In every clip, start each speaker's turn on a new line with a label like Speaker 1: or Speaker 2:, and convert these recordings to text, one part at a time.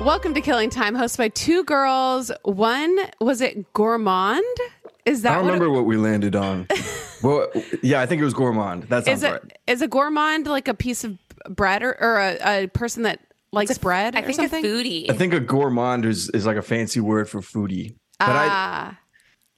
Speaker 1: Welcome to Killing Time, hosted by two girls. One was it gourmand? Is that
Speaker 2: I don't
Speaker 1: what
Speaker 2: remember what we landed on. well, yeah, I think it was gourmand. That
Speaker 1: it, is
Speaker 2: sounds
Speaker 1: it?
Speaker 2: right.
Speaker 1: Is a gourmand like a piece of bread or, or a, a person that likes bread
Speaker 3: I
Speaker 1: or
Speaker 3: think a
Speaker 1: something?
Speaker 3: foodie.
Speaker 2: I think a gourmand is, is like a fancy word for foodie. But I
Speaker 1: Ah,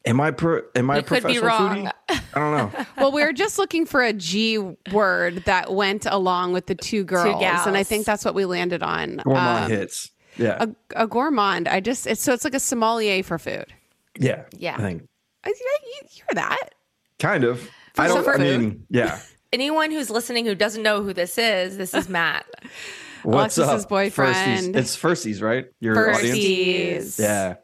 Speaker 2: am I per, am I a
Speaker 3: You could
Speaker 2: professional
Speaker 3: be wrong.
Speaker 2: foodie? I don't know.
Speaker 1: well, we were just looking for a G word that went along with the two girls,
Speaker 3: gals.
Speaker 1: and I think that's what we landed on.
Speaker 2: Gourmand
Speaker 1: Um,
Speaker 2: hits. Yeah.
Speaker 1: a, a gourmand. I just it's so it's like a sommelier for food.
Speaker 2: yeah.
Speaker 3: Yeah.
Speaker 2: I think
Speaker 1: I, you you hear that?
Speaker 2: kind of. I
Speaker 1: some
Speaker 2: don't I
Speaker 1: food.
Speaker 2: mean, yeah.
Speaker 3: Anyone who's listening who doesn't know who this is, this is Matt.
Speaker 2: What's
Speaker 1: Alexis's
Speaker 2: up?
Speaker 1: boyfriend.
Speaker 2: Firsties. It's firsties, right? Your audience.
Speaker 1: Firsties.
Speaker 2: Yeah.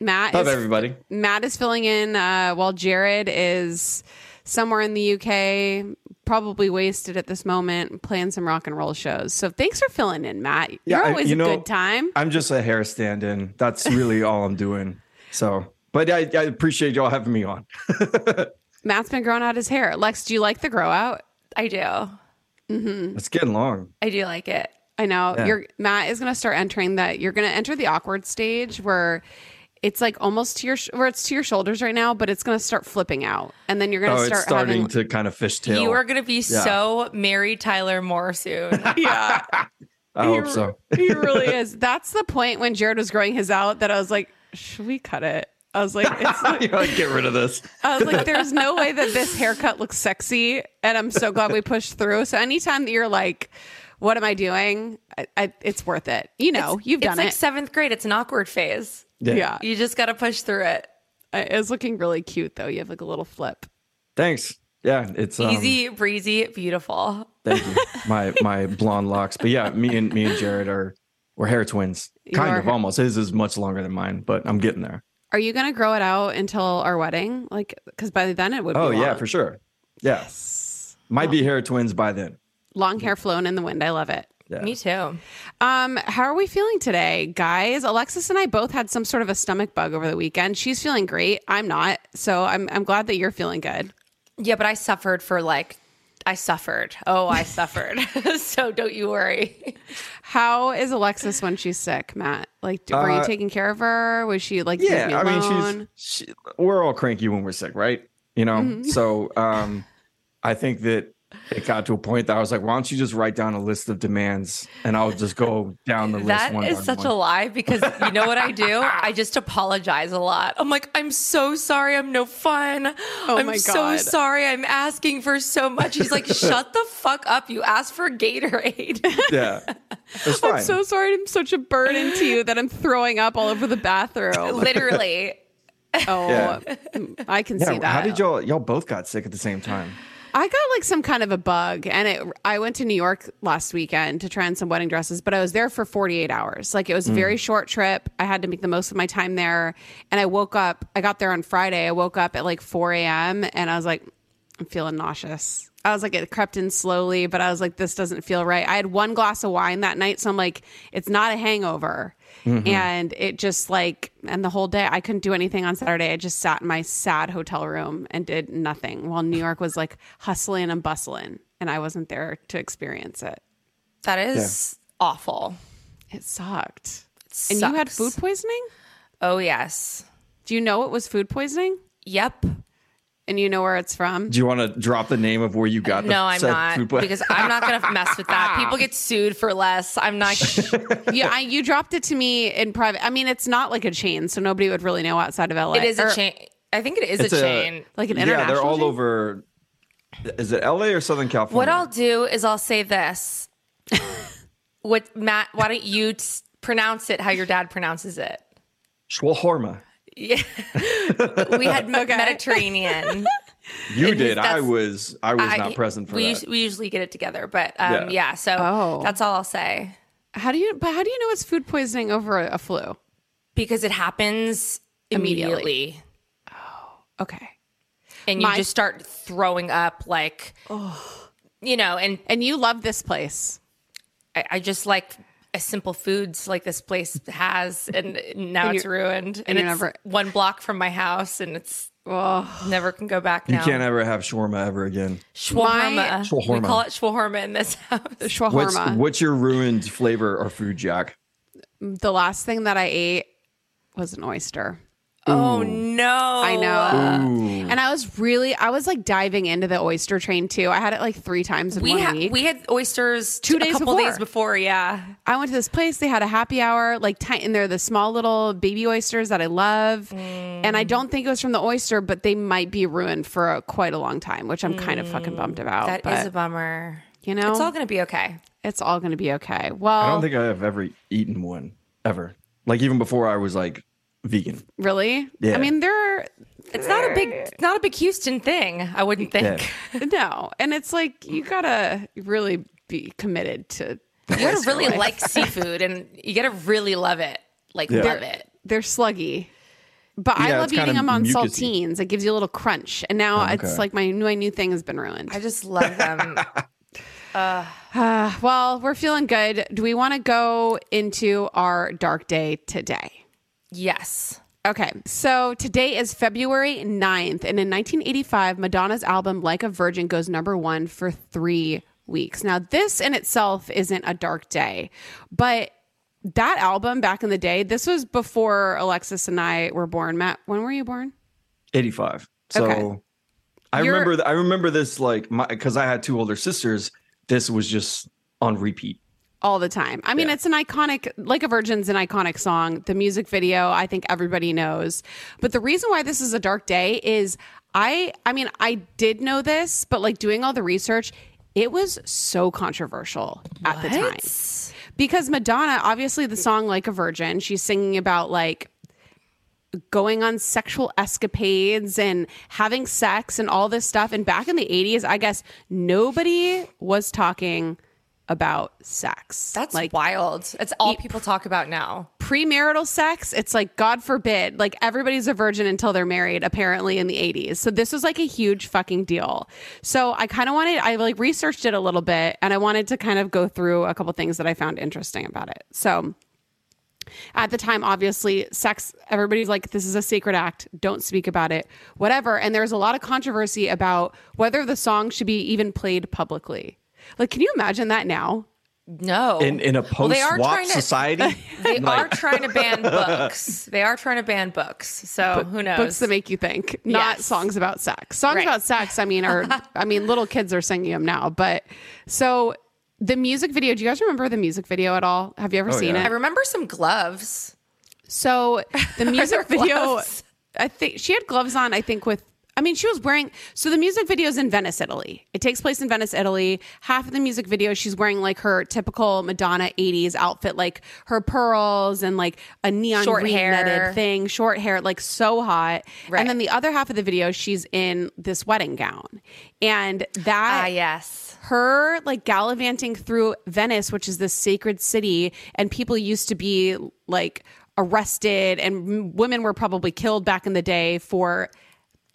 Speaker 1: Matt
Speaker 2: Love
Speaker 1: is
Speaker 2: everybody.
Speaker 1: Matt is filling in uh, while Jared is somewhere in the UK, probably wasted at this moment, playing some rock and roll shows. So thanks for filling in, Matt.
Speaker 2: Yeah,
Speaker 1: You're
Speaker 2: I-
Speaker 1: always
Speaker 2: you
Speaker 1: a
Speaker 2: know,
Speaker 1: good time.
Speaker 2: I'm just a hair stand-in. That's really all I'm doing. So, but I, I appreciate y'all having me on.
Speaker 1: Matt's been growing out his hair. Lex, do you like the grow out?
Speaker 3: I do. I
Speaker 1: Mm.
Speaker 2: It's getting long.
Speaker 3: do like it.
Speaker 1: I know you're Matt is going to start entering that. You're going to enter the awkward stage where it's like almost to your sh- where it's to your shoulders right now, but it's going to start flipping out, and then you're going
Speaker 2: Oh,
Speaker 1: to
Speaker 2: it's
Speaker 1: start
Speaker 2: starting
Speaker 1: having.
Speaker 2: to kind of fishtail.
Speaker 3: You are going to be so Mary Tyler Moore soon.
Speaker 1: yeah,
Speaker 2: I hope so.
Speaker 1: he really is. That's the point when Jared was growing his out that I was like, should we cut it? I was like, it's
Speaker 2: You're like, get rid of this.
Speaker 1: I was like, there's no way that this haircut looks sexy. And I'm so glad we pushed through. So anytime that you're like, what am I doing? I, I, it's worth it. You know, you've
Speaker 3: it's
Speaker 1: done
Speaker 3: like
Speaker 1: it.
Speaker 3: seventh grade. It's an awkward phase.
Speaker 1: yeah.
Speaker 3: You just got to push through it.
Speaker 1: I- It's looking really cute though. You have like a little flip.
Speaker 2: Thanks. Yeah, it's um,
Speaker 3: Easy, breezy, beautiful.
Speaker 2: Thank you. My my blonde locks, but yeah, me and me and Jared are we're hair twins, kind
Speaker 1: are
Speaker 2: of
Speaker 1: hair-
Speaker 2: almost. His is much longer than mine, but I'm getting there.
Speaker 1: Are you going to grow it out until our wedding? Like, because by then it would
Speaker 2: Oh
Speaker 1: be
Speaker 2: yeah,
Speaker 1: long.
Speaker 2: for sure. Yeah, might be hair twins by then.
Speaker 1: long hair flown in the wind. I love it.
Speaker 2: Yeah.
Speaker 3: Me too.
Speaker 1: Um, how are we feeling today, guys? Alexis and I both had some sort of a stomach bug over the weekend. She's feeling great. I'm not. So I'm I'm glad that you're feeling good.
Speaker 3: Yeah, but I suffered for like, I suffered. Oh, I suffered. so don't you worry.
Speaker 1: How is Alexis when she's sick, Matt? Like, d- were you
Speaker 2: Uh,
Speaker 1: taking care of her? Was she like,
Speaker 2: Yeah,
Speaker 1: leave
Speaker 2: I
Speaker 1: me
Speaker 2: mean,
Speaker 1: alone?
Speaker 2: she's she, we're all cranky when we're sick, right? You know,
Speaker 3: Mm-hmm.
Speaker 2: so um, I think that it got to a point that I was like, why don't you just write down a list of demands, and I'll just go down the list.
Speaker 3: That
Speaker 2: one
Speaker 3: is
Speaker 2: by
Speaker 3: such
Speaker 2: one.
Speaker 3: a lie because you know what I do? I just apologize a lot. I'm like, I'm so sorry. I'm no fun.
Speaker 1: Oh
Speaker 3: I'm
Speaker 1: my
Speaker 3: so
Speaker 1: God.
Speaker 3: sorry. I'm asking for so much. He's like, shut the fuck up. You asked for Gatorade.
Speaker 2: yeah. It's fine.
Speaker 1: I'm so sorry. I'm such a burden to you that I'm throwing up all over the bathroom.
Speaker 3: Literally.
Speaker 1: oh,
Speaker 2: Yeah.
Speaker 1: I can see that.
Speaker 2: How did y'all y'all both got sick at the same time?
Speaker 1: I got like some kind of a bug, and it, I went to New York last weekend to try on some wedding dresses, but I was there for 48 hours. Like it was a very short trip. I had to make the most of my time there. And I woke up, I got there on Friday. I woke up at like 4 a.m. and I was like, I'm feeling nauseous. I was like, it crept in slowly, but I was like, this doesn't feel right. I had one glass of wine that night, so I'm like, it's not a hangover.
Speaker 3: Mm-hmm.
Speaker 1: And it just like, and the whole day, I couldn't do anything on Saturday. I just sat in my sad hotel room and did nothing while New York was like hustling and bustling, and I wasn't there to experience it.
Speaker 3: That is awful.
Speaker 1: It sucked.
Speaker 3: It
Speaker 1: And you had
Speaker 3: sucks.
Speaker 1: food poisoning?
Speaker 3: Oh yes.
Speaker 1: Do you know it was food poisoning?
Speaker 3: Yep.
Speaker 1: And you know where it's from?
Speaker 2: Do you want to drop the name of where you got? the
Speaker 3: No, I'm
Speaker 2: said
Speaker 3: not
Speaker 2: food pla-
Speaker 3: because I'm not gonna mess with that. People get sued for less. I'm not.
Speaker 1: yeah, I, you dropped it to me in private. I mean, it's not like a chain, so nobody would really know outside of LA.
Speaker 3: It is
Speaker 1: Or,
Speaker 3: a chain. I think it is
Speaker 2: It's
Speaker 3: a
Speaker 2: a-
Speaker 3: chain.
Speaker 1: Er, like an international.
Speaker 2: yeah, they're all
Speaker 1: chain?
Speaker 2: over. Is it L.A. or Southern California?
Speaker 3: What I'll do is I'll say this. what Matt? Why don't you t- pronounce it how your dad pronounces it?
Speaker 2: Schwalhorma.
Speaker 3: Yeah. we had Mediterranean.
Speaker 2: You did. I
Speaker 3: that's-
Speaker 2: was. I was
Speaker 3: I-
Speaker 2: not present for
Speaker 3: we
Speaker 2: that.
Speaker 3: us- we usually get it together, but um, yeah.
Speaker 2: Yeah.
Speaker 3: So
Speaker 1: Oh.
Speaker 3: that's all I'll say
Speaker 1: How do you? But how do you know it's food poisoning over a, a flu?
Speaker 3: because it happens immediately,
Speaker 1: Immediately. Okay.
Speaker 3: and you
Speaker 1: My-
Speaker 3: just start throwing up like, you know, and
Speaker 1: And you love this place.
Speaker 3: I, I just like a simple foods like this place has, and now it's ruined. And,
Speaker 1: you're
Speaker 3: it's
Speaker 1: never-
Speaker 3: one block from my house, and it's never can go back
Speaker 2: you
Speaker 3: now.
Speaker 2: can't ever have shawarma ever again.
Speaker 3: Shawarma. We
Speaker 2: Shawarma.
Speaker 3: call it shawarma in this house.
Speaker 1: Shawarma.
Speaker 2: What's what's your ruined flavor or food, Jack?
Speaker 1: the last thing that I ate was an oyster.
Speaker 3: Oh no!
Speaker 1: I know. And I was really, I was like diving into the oyster train too. I had it like three times in
Speaker 3: We
Speaker 1: one
Speaker 3: had
Speaker 1: week.
Speaker 3: we had oysters
Speaker 1: Two
Speaker 3: t-
Speaker 1: days
Speaker 3: a couple
Speaker 1: before.
Speaker 3: days before. Yeah,
Speaker 1: I went to this place. They had a happy hour, like, ti- and they're the small little baby oysters that I love.
Speaker 3: Mm.
Speaker 1: And I don't think it was from the oyster, but they might be ruined for a, quite a long time, which I'm kind of fucking bummed about.
Speaker 3: Mm, that is
Speaker 1: Oh, but,
Speaker 3: a bummer.
Speaker 1: you know,
Speaker 3: It's all gonna be okay.
Speaker 1: going to be okay. Well,
Speaker 3: Oh.
Speaker 2: I don't think I have ever eaten one ever. Like even before I was like vegan.
Speaker 1: really. I
Speaker 2: Yeah.
Speaker 1: mean, there are
Speaker 3: It's not a big, it's not a big Houston thing. I wouldn't think.
Speaker 1: no, and it's like you gotta really be committed to.
Speaker 3: You gotta really like seafood, and you gotta really love it. Like
Speaker 2: Yeah.
Speaker 3: love it.
Speaker 1: They're sluggy. But I
Speaker 2: Yeah,
Speaker 1: love
Speaker 2: it's kind
Speaker 1: eating
Speaker 2: of
Speaker 1: them on
Speaker 2: mucusy. Oh,
Speaker 1: saltines. It gives you a little crunch, and now it's
Speaker 2: okay.
Speaker 1: like my my new thing has been ruined.
Speaker 3: I just love them.
Speaker 1: Ah, well, we're feeling good. Do we want to go into our dark day today?
Speaker 3: yes.
Speaker 1: Okay, so today is February 9th, and in 1985, Madonna's album Like a Virgin goes number one for three weeks. Now, this in itself isn't a dark day, but that album back in the day, this was before Alexis and I were born. Matt, when were you born?
Speaker 2: 85. So
Speaker 1: Okay.
Speaker 2: I
Speaker 1: You're-
Speaker 2: remember th- I remember this like my cuz I had two older sisters, this was just on repeat.
Speaker 1: all the time. I mean, it's an iconic, like a Virgin's an iconic song. The music video, I think everybody knows. But the reason why this is a dark day is I, I mean, I did know this, but like doing all the research, it was so controversial at the time because Madonna, obviously, the song "Like a Virgin," she's singing about like going on sexual escapades and having sex and all this stuff. And back in the '80s, I guess nobody was talking about sex.
Speaker 3: That's
Speaker 1: like e
Speaker 3: wild. That's all people talk about now.
Speaker 1: premarital sex. It's like God forbid, like everybody's a virgin until they're married. Apparently, in the '80s, so this was like a huge fucking deal. So I kind of wanted, I like researched it a little bit, and I wanted to kind of go through a couple things that I found interesting about it. So at the time obviously sex everybody's like this is a sacred act don't speak about it whatever and there's a lot of controversy about whether the song should be even played publicly like can you imagine that now
Speaker 3: No.
Speaker 2: In in a
Speaker 3: Well,
Speaker 2: post
Speaker 3: they are
Speaker 2: swap
Speaker 3: trying to-
Speaker 2: society,
Speaker 3: They are trying to ban books. They are trying to ban books. So who knows?
Speaker 1: books that make you think not
Speaker 3: Yes.
Speaker 1: songs about sex songs
Speaker 3: Right.
Speaker 1: about sex i mean are i mean little kids are singing them now but so the music video do you guys remember the music video at all have you ever seen
Speaker 2: yeah.
Speaker 1: it
Speaker 3: I remember some gloves.
Speaker 1: So the music
Speaker 3: there
Speaker 1: video,
Speaker 3: gloves?
Speaker 1: I think she had gloves on. I think with, I mean, she was wearing. So the music video is in Venice, Italy. It takes place in Venice, Italy. Half of the music video, she's wearing like her typical Madonna '80s outfit, like her pearls and like a neon
Speaker 3: Short
Speaker 1: green
Speaker 3: hair.
Speaker 1: netted thing, short hair, like so hot.
Speaker 3: Right.
Speaker 1: And then the other half of the video, she's in this wedding gown, and that
Speaker 3: Ah, yes.
Speaker 1: her like gallivanting through Venice, which is this sacred city, and people used to be like arrested, and m- women were probably killed back in the day for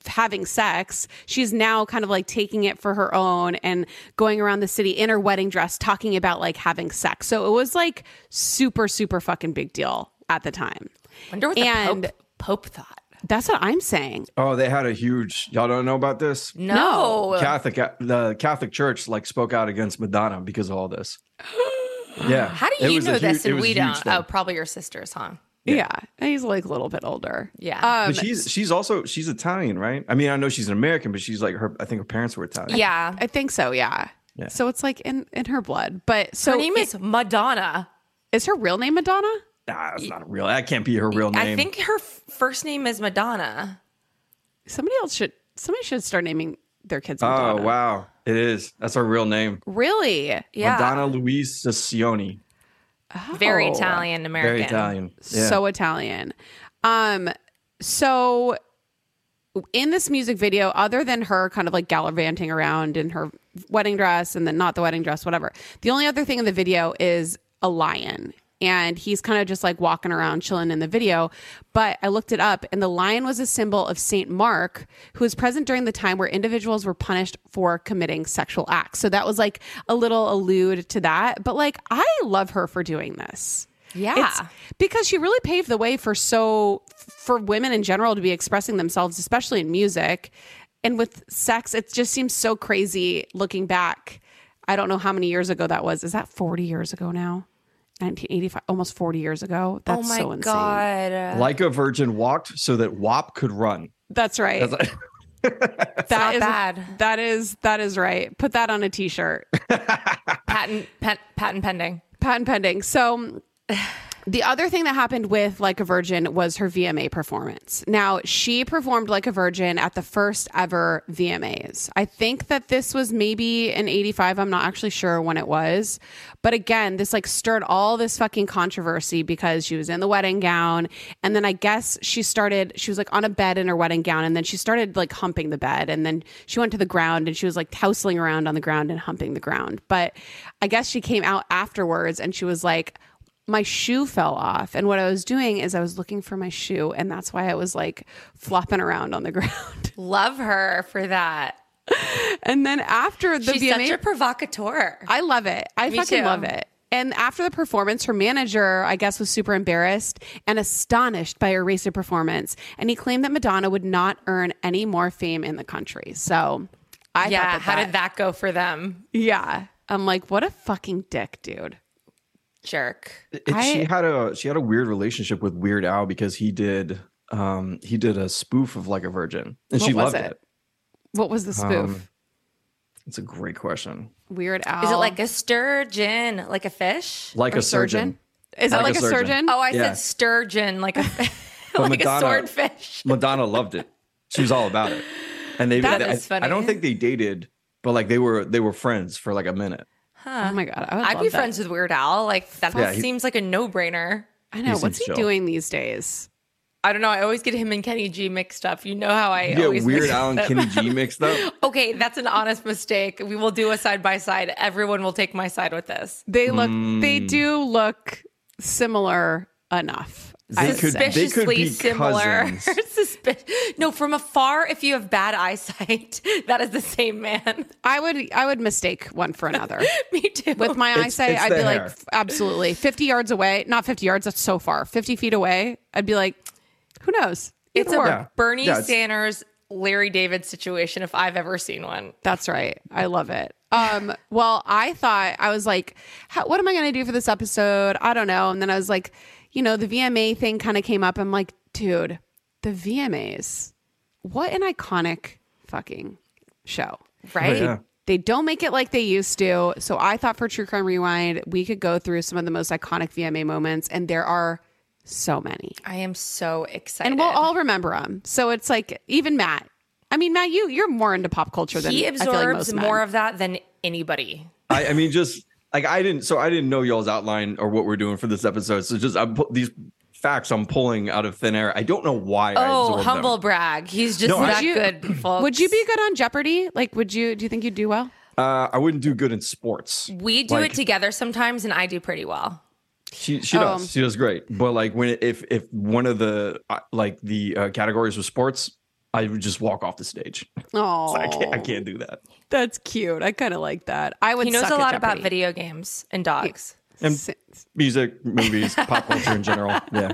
Speaker 1: having sex. She's now kind of like taking it for her own and going around the city in her wedding dress talking about like having sex. So it was like super, super fucking big deal at the time.
Speaker 3: Wonder what
Speaker 1: And-
Speaker 3: the Pope, Pope thought.
Speaker 1: That's what I'm saying.
Speaker 2: Oh, they had a huge. Y'all don't know about this.
Speaker 3: No.
Speaker 2: Catholic, uh, the Catholic Church like spoke out against Madonna because of all this. Yeah.
Speaker 3: How
Speaker 2: It
Speaker 3: do you
Speaker 2: was a
Speaker 3: know this
Speaker 2: huge- it
Speaker 3: and
Speaker 2: was
Speaker 3: we
Speaker 2: a huge
Speaker 3: don't?
Speaker 2: thing.
Speaker 3: Oh, probably your sisters, huh?
Speaker 1: Yeah. And he's like a little bit older.
Speaker 3: Yeah.
Speaker 1: Um,
Speaker 2: But she's she's also she's Italian, right? I mean, I know she's an American, but she's like her. I think her parents were Italian.
Speaker 3: yeah.
Speaker 1: I think so. Yeah.
Speaker 2: Yeah.
Speaker 1: So it's like in, in her blood. But so
Speaker 3: Her name
Speaker 1: it-
Speaker 3: is Madonna.
Speaker 1: is her real name Madonna?
Speaker 2: Nah, that's not real. That can't be her real name.
Speaker 3: I think her f- first name is Madonna.
Speaker 1: Somebody else should somebody should start naming their kids
Speaker 2: Oh
Speaker 1: Madonna.
Speaker 2: wow, it is. That's her real name,
Speaker 1: Really?
Speaker 3: Yeah.
Speaker 2: Madonna Luisa Sioni.
Speaker 3: Very
Speaker 1: Oh.
Speaker 3: Italian American.
Speaker 2: Very Italian. Yeah.
Speaker 1: so Italian. Um, so in this music video, other than her kind of like gallivanting around in her wedding dress and then not the wedding dress, whatever, the only other thing in the video is a lion. And he's kind of just like walking around chilling in the video. But I looked it up, and the lion was a symbol of St. Mark, who was present during the time where individuals were punished for committing sexual acts. So that was like a little allude to that. But like, I love her for doing this.
Speaker 3: Yeah.
Speaker 1: It's- because she really paved the way for so for women in general to be expressing themselves, especially in music. And with sex, it just seems so crazy looking back. I don't know how many years ago that was. Is that 40 years ago now? 1985, almost 40 years ago.
Speaker 3: oh
Speaker 1: That's
Speaker 3: my
Speaker 1: so insane.
Speaker 3: God.
Speaker 2: like a virgin walked so that WAP could run.
Speaker 1: That's right. That's
Speaker 3: not bad.
Speaker 1: That is that is right. Put that on a t-shirt.
Speaker 3: Patent, pen, patent pending.
Speaker 1: patent pending. So the other thing that happened with Like a Virgin was her VMA performance. Now, she performed Like a Virgin at the first ever VMAs. I think that this was maybe in 85. I'm not actually sure when it was. But again, this like stirred all this fucking controversy because she was in the wedding gown. And then I guess she started, she was like on a bed in her wedding gown. And then she started like humping the bed. And then she went to the ground and she was like tousling around on the ground and humping the ground. But I guess she came out afterwards and she was like, my shoe fell off and what i was doing is i was looking for my shoe and that's why i was like flopping around on the ground
Speaker 3: Love her for that.
Speaker 1: and then after the
Speaker 3: She's
Speaker 1: vma
Speaker 3: such a provocateur.
Speaker 1: I love it. I
Speaker 3: Me
Speaker 1: fucking
Speaker 3: too.
Speaker 1: love it. And after the performance, her manager, I guess, was super embarrassed and astonished by her recent performance. And he claimed that Madonna would not earn any more fame in the country. So I thought
Speaker 3: yeah.
Speaker 1: that
Speaker 3: How
Speaker 1: that-
Speaker 3: did that go for them?
Speaker 1: Yeah. I'm like, what a fucking dick, dude.
Speaker 3: Jerk.
Speaker 2: It- she had a she had a weird relationship with Weird Al because he did um he did a spoof of Like a Virgin and she
Speaker 1: What was
Speaker 2: loved
Speaker 1: it?
Speaker 2: it?
Speaker 1: What was the spoof?
Speaker 2: Um, It's a great question.
Speaker 1: Weird Al.
Speaker 3: Is it like a sturgeon, like a fish?
Speaker 2: Like
Speaker 1: Or
Speaker 2: a surgeon.
Speaker 1: Is it like,
Speaker 2: Like a
Speaker 1: a
Speaker 2: surgeon.
Speaker 1: surgeon?
Speaker 3: Oh, I
Speaker 2: Yeah.
Speaker 3: said sturgeon, like a like
Speaker 2: Madonna-
Speaker 3: a swordfish.
Speaker 2: Madonna loved it. She was all about it. And they,
Speaker 3: That
Speaker 2: they-
Speaker 3: is
Speaker 2: I- I,
Speaker 3: funny.
Speaker 2: don't think they dated, but like they were they were friends for like a minute.
Speaker 1: Oh my god, I would
Speaker 3: I'd
Speaker 1: love
Speaker 3: be
Speaker 1: that.
Speaker 3: friends with Weird Al. Like that
Speaker 2: Yeah, he-
Speaker 3: seems like a no brainer.
Speaker 1: I know.
Speaker 2: He's in
Speaker 1: What's he
Speaker 2: jail.
Speaker 1: doing these days?
Speaker 3: I don't know. I always get him and Kenny G mixed up. You know how I
Speaker 2: Yeah,
Speaker 3: always
Speaker 2: Weird
Speaker 3: mix
Speaker 2: Al and
Speaker 3: them.
Speaker 2: Kenny G mixed up.
Speaker 3: Okay, that's an honest mistake. We will do a side by side. Everyone will take my side with this.
Speaker 1: They look.
Speaker 2: Hmm.
Speaker 1: They do look similar enough.
Speaker 2: They
Speaker 1: I
Speaker 2: could-
Speaker 1: say.
Speaker 2: they could be
Speaker 3: similar.
Speaker 2: cousins.
Speaker 3: Suspi- no, from afar, if you have bad eyesight, that is the same man.
Speaker 1: I would. I would mistake one for another.
Speaker 3: Me too.
Speaker 1: With my
Speaker 2: It's-
Speaker 1: eyesight,
Speaker 2: it's
Speaker 1: I'd
Speaker 2: the
Speaker 1: be
Speaker 2: hair.
Speaker 1: like, absolutely, fifty yards away. Not fifty yards. That's so far. Fifty feet away. I'd be like, who knows?
Speaker 3: it's a
Speaker 1: Either or.
Speaker 2: Yeah.
Speaker 3: Bernie
Speaker 2: Yeah, it's-
Speaker 3: Sanders, Larry David situation, if I've ever seen one.
Speaker 2: Oh,
Speaker 1: That's right. I love it. Um, well, I thought I was like, how, what am I going to do for this episode? I don't know. And then I was like, you know, the VMA thing kind of came up. I'm like, dude, the VMAs, what an iconic fucking show.
Speaker 3: Right?
Speaker 2: yeah.
Speaker 1: They don't make it like they used to. So I thought for True Crime Rewind, we could go through some of the most iconic VMA moments, and there are so many.
Speaker 3: I am so excited.
Speaker 1: And we'll all remember them. So it's like even Matt. I mean, Matt, you you're more into pop culture than
Speaker 3: he
Speaker 1: I feel like
Speaker 3: absorbs
Speaker 1: most men.
Speaker 3: more of that than anybody.
Speaker 2: I, I mean, just like I didn't, so I didn't know y'all's outline or what we're doing for this episode. So just I'm pu- these facts I'm pulling out of thin air. I don't know why. I
Speaker 3: Oh,
Speaker 2: absorbed them.
Speaker 3: humble brag. He's just
Speaker 2: No, I-
Speaker 3: that
Speaker 1: Would you-
Speaker 3: good, folks.
Speaker 1: Would you be good on Jeopardy? Like, would you? Do you think you'd do well?
Speaker 2: Uh, I wouldn't do good in sports.
Speaker 3: We do
Speaker 2: Like-
Speaker 3: it together sometimes, and I do pretty well.
Speaker 2: She she
Speaker 3: um,
Speaker 2: does. she does great. But like when if if one of the uh, like the uh, categories was sports, I would just walk off the stage.
Speaker 1: Oh,
Speaker 2: I can't, I can't do that.
Speaker 1: that's cute. I kind of like that. I would.
Speaker 3: He knows
Speaker 1: suck
Speaker 3: a
Speaker 1: at
Speaker 3: lot about
Speaker 1: Jeopardy.
Speaker 3: video games and dogs.
Speaker 2: And music, movies, pop culture in general. Yeah.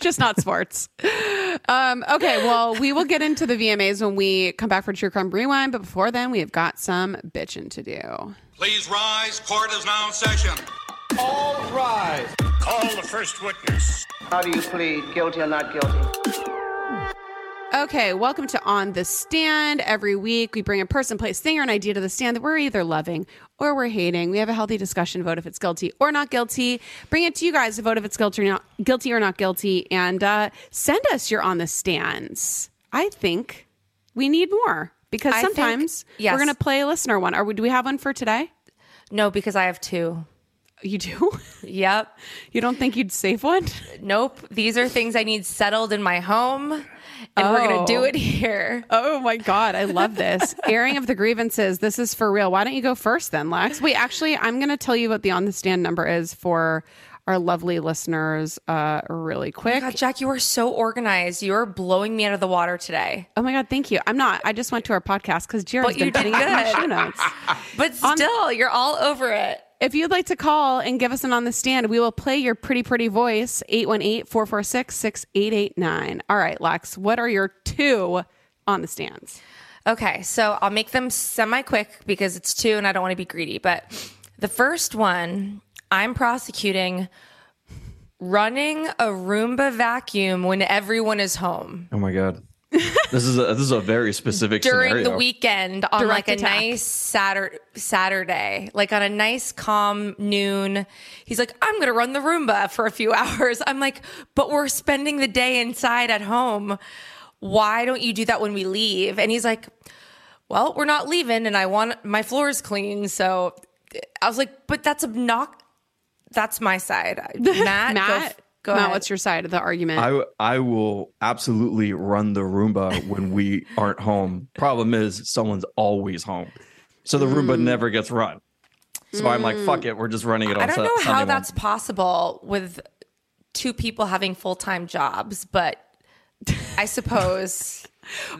Speaker 1: just not sports. Um, okay, well, we will get into the VMAs when we come back for True Crime Rewind, but before then, we have got some bitching to do.
Speaker 4: Please rise. Court is now in session.
Speaker 5: All rise.
Speaker 4: Call the first witness.
Speaker 5: How do you plead, guilty or not guilty?
Speaker 1: Okay, welcome to On the Stand. Every week, we bring a person, place, thing, or an idea to the stand that we're either loving or we're hating. We have a healthy discussion, vote if it's guilty or not guilty. Bring it to you guys to vote if it's guilty or not guilty, or not guilty and uh, send us your On the Stands. I think we need more because
Speaker 3: I think-
Speaker 1: sometimes
Speaker 3: yes.
Speaker 1: we're going to play a listener one. Are we, do we have one for today?
Speaker 3: No, because I have two.
Speaker 1: You do?
Speaker 3: Yep.
Speaker 1: You don't think you'd save one?
Speaker 3: Nope. These are things I need settled in my home, and we're gonna do
Speaker 1: Oh.
Speaker 3: it here.
Speaker 1: Oh my God, I love this. Airing of the grievances. This is for real. Why don't you go first then, Lex? Wait, actually, I'm going to tell you what the on the stand number is for our lovely listeners uh, really quick.
Speaker 3: Oh God, Jack, you are so organized. You are blowing me out of the water today.
Speaker 1: oh my God, thank you. I'm not. I just went to our podcast because Jared's
Speaker 3: But you
Speaker 1: been putting
Speaker 3: did
Speaker 1: out my
Speaker 3: good.
Speaker 1: show notes.
Speaker 3: But still, you're all over it.
Speaker 1: If you'd like to call and give us an on the stand, we will play your pretty, pretty voice, 818 446 6889. All right, Lex, what are your two on the stands?
Speaker 3: Okay, so I'll make them semi quick because it's two and I don't want to be greedy. But the first one, I'm prosecuting running a Roomba vacuum when everyone is home
Speaker 2: Oh my god. this is a this is a very specific
Speaker 3: during
Speaker 2: scenario.
Speaker 3: the weekend on
Speaker 1: Direct
Speaker 3: like a
Speaker 1: attack.
Speaker 3: nice Saturday, Saturday, like on a nice calm noon. He's like, I'm going to run the Roomba for a few hours. I'm like, but we're spending the day inside at home. Why don't you do that when we leave? And he's like, well, we're not leaving and I want my floors clean. So I was like, but that's obnox. That's my side. Matt, go,
Speaker 1: Matt,
Speaker 3: f- go
Speaker 1: Matt
Speaker 3: ahead.
Speaker 1: what's your side of the argument?
Speaker 2: I I will absolutely run the Roomba when we aren't home. Problem is someone's always home. So the
Speaker 3: Mm.
Speaker 2: Roomba never gets run. So I'm like, fuck it, we're just running it on
Speaker 3: I don't
Speaker 2: Su-
Speaker 3: know
Speaker 2: Sunday
Speaker 3: how
Speaker 2: morning.
Speaker 3: that's possible with two people having full time jobs, but I suppose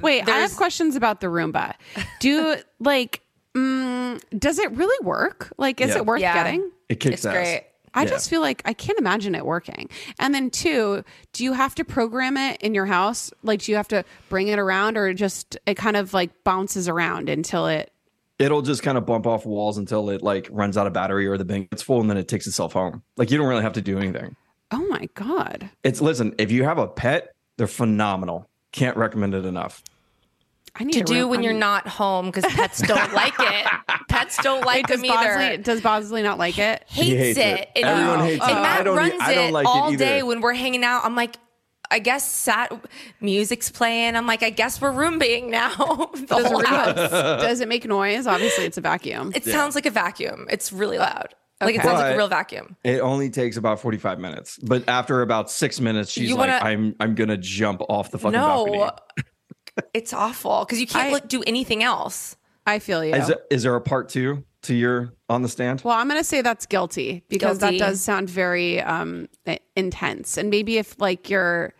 Speaker 1: Wait, I have questions about the Roomba. Do like, mm, does it really work? Like, is
Speaker 2: Yeah.
Speaker 1: it worth
Speaker 3: Yeah.
Speaker 1: getting?
Speaker 2: it
Speaker 3: it's
Speaker 2: kicks ass.
Speaker 3: great.
Speaker 1: I
Speaker 2: Yeah.
Speaker 1: just feel like I can't imagine it working. And then two, do you have to program it in your house? Like, do you have to bring it around, or just it kind of like bounces around until it?
Speaker 2: It'll just kind of bump off walls until it like runs out of battery or the thing gets full and then it takes itself home. Like you don't really have to do anything.
Speaker 1: Oh my god!
Speaker 2: It's listen, if you have a pet, they're phenomenal. Can't recommend it enough.
Speaker 1: I need
Speaker 3: To
Speaker 1: a
Speaker 3: do
Speaker 1: Room-
Speaker 3: when
Speaker 1: I
Speaker 3: you're
Speaker 1: mean-
Speaker 3: not home because pets don't like it. Pets don't like
Speaker 1: Does
Speaker 3: them either.
Speaker 1: Bosley, does Bosley not like it?
Speaker 3: hates,
Speaker 2: He hates
Speaker 3: it.
Speaker 2: it. Everyone hates
Speaker 3: and
Speaker 2: it.
Speaker 3: Matt
Speaker 2: I don't e-
Speaker 3: runs
Speaker 2: I don't
Speaker 3: it
Speaker 2: like it
Speaker 3: all
Speaker 2: either.
Speaker 3: day when we're hanging out. I'm like, I guess sat music's playing. I'm like, I guess we're room being now. the
Speaker 1: Does,
Speaker 3: whole
Speaker 1: it-
Speaker 3: house.
Speaker 1: does it make noise? Obviously, it's a vacuum.
Speaker 3: It sounds like a vacuum. It's really loud. Like it
Speaker 1: Okay.
Speaker 3: sounds like a
Speaker 2: But-
Speaker 3: real vacuum.
Speaker 2: It only takes about 45 minutes. But after about six minutes, she's
Speaker 3: You
Speaker 2: like,
Speaker 3: wanna-
Speaker 2: I'm I'm gonna jump off the fucking balcony.
Speaker 3: No, it's awful because you can't
Speaker 1: I-
Speaker 3: look, do anything else.
Speaker 1: I feel you.
Speaker 2: Is, there- is there a part two to your on the stand?
Speaker 1: Well, I'm going to say that's guilty because
Speaker 3: Guilty.
Speaker 1: that does sound very um, i- intense. And maybe if like you're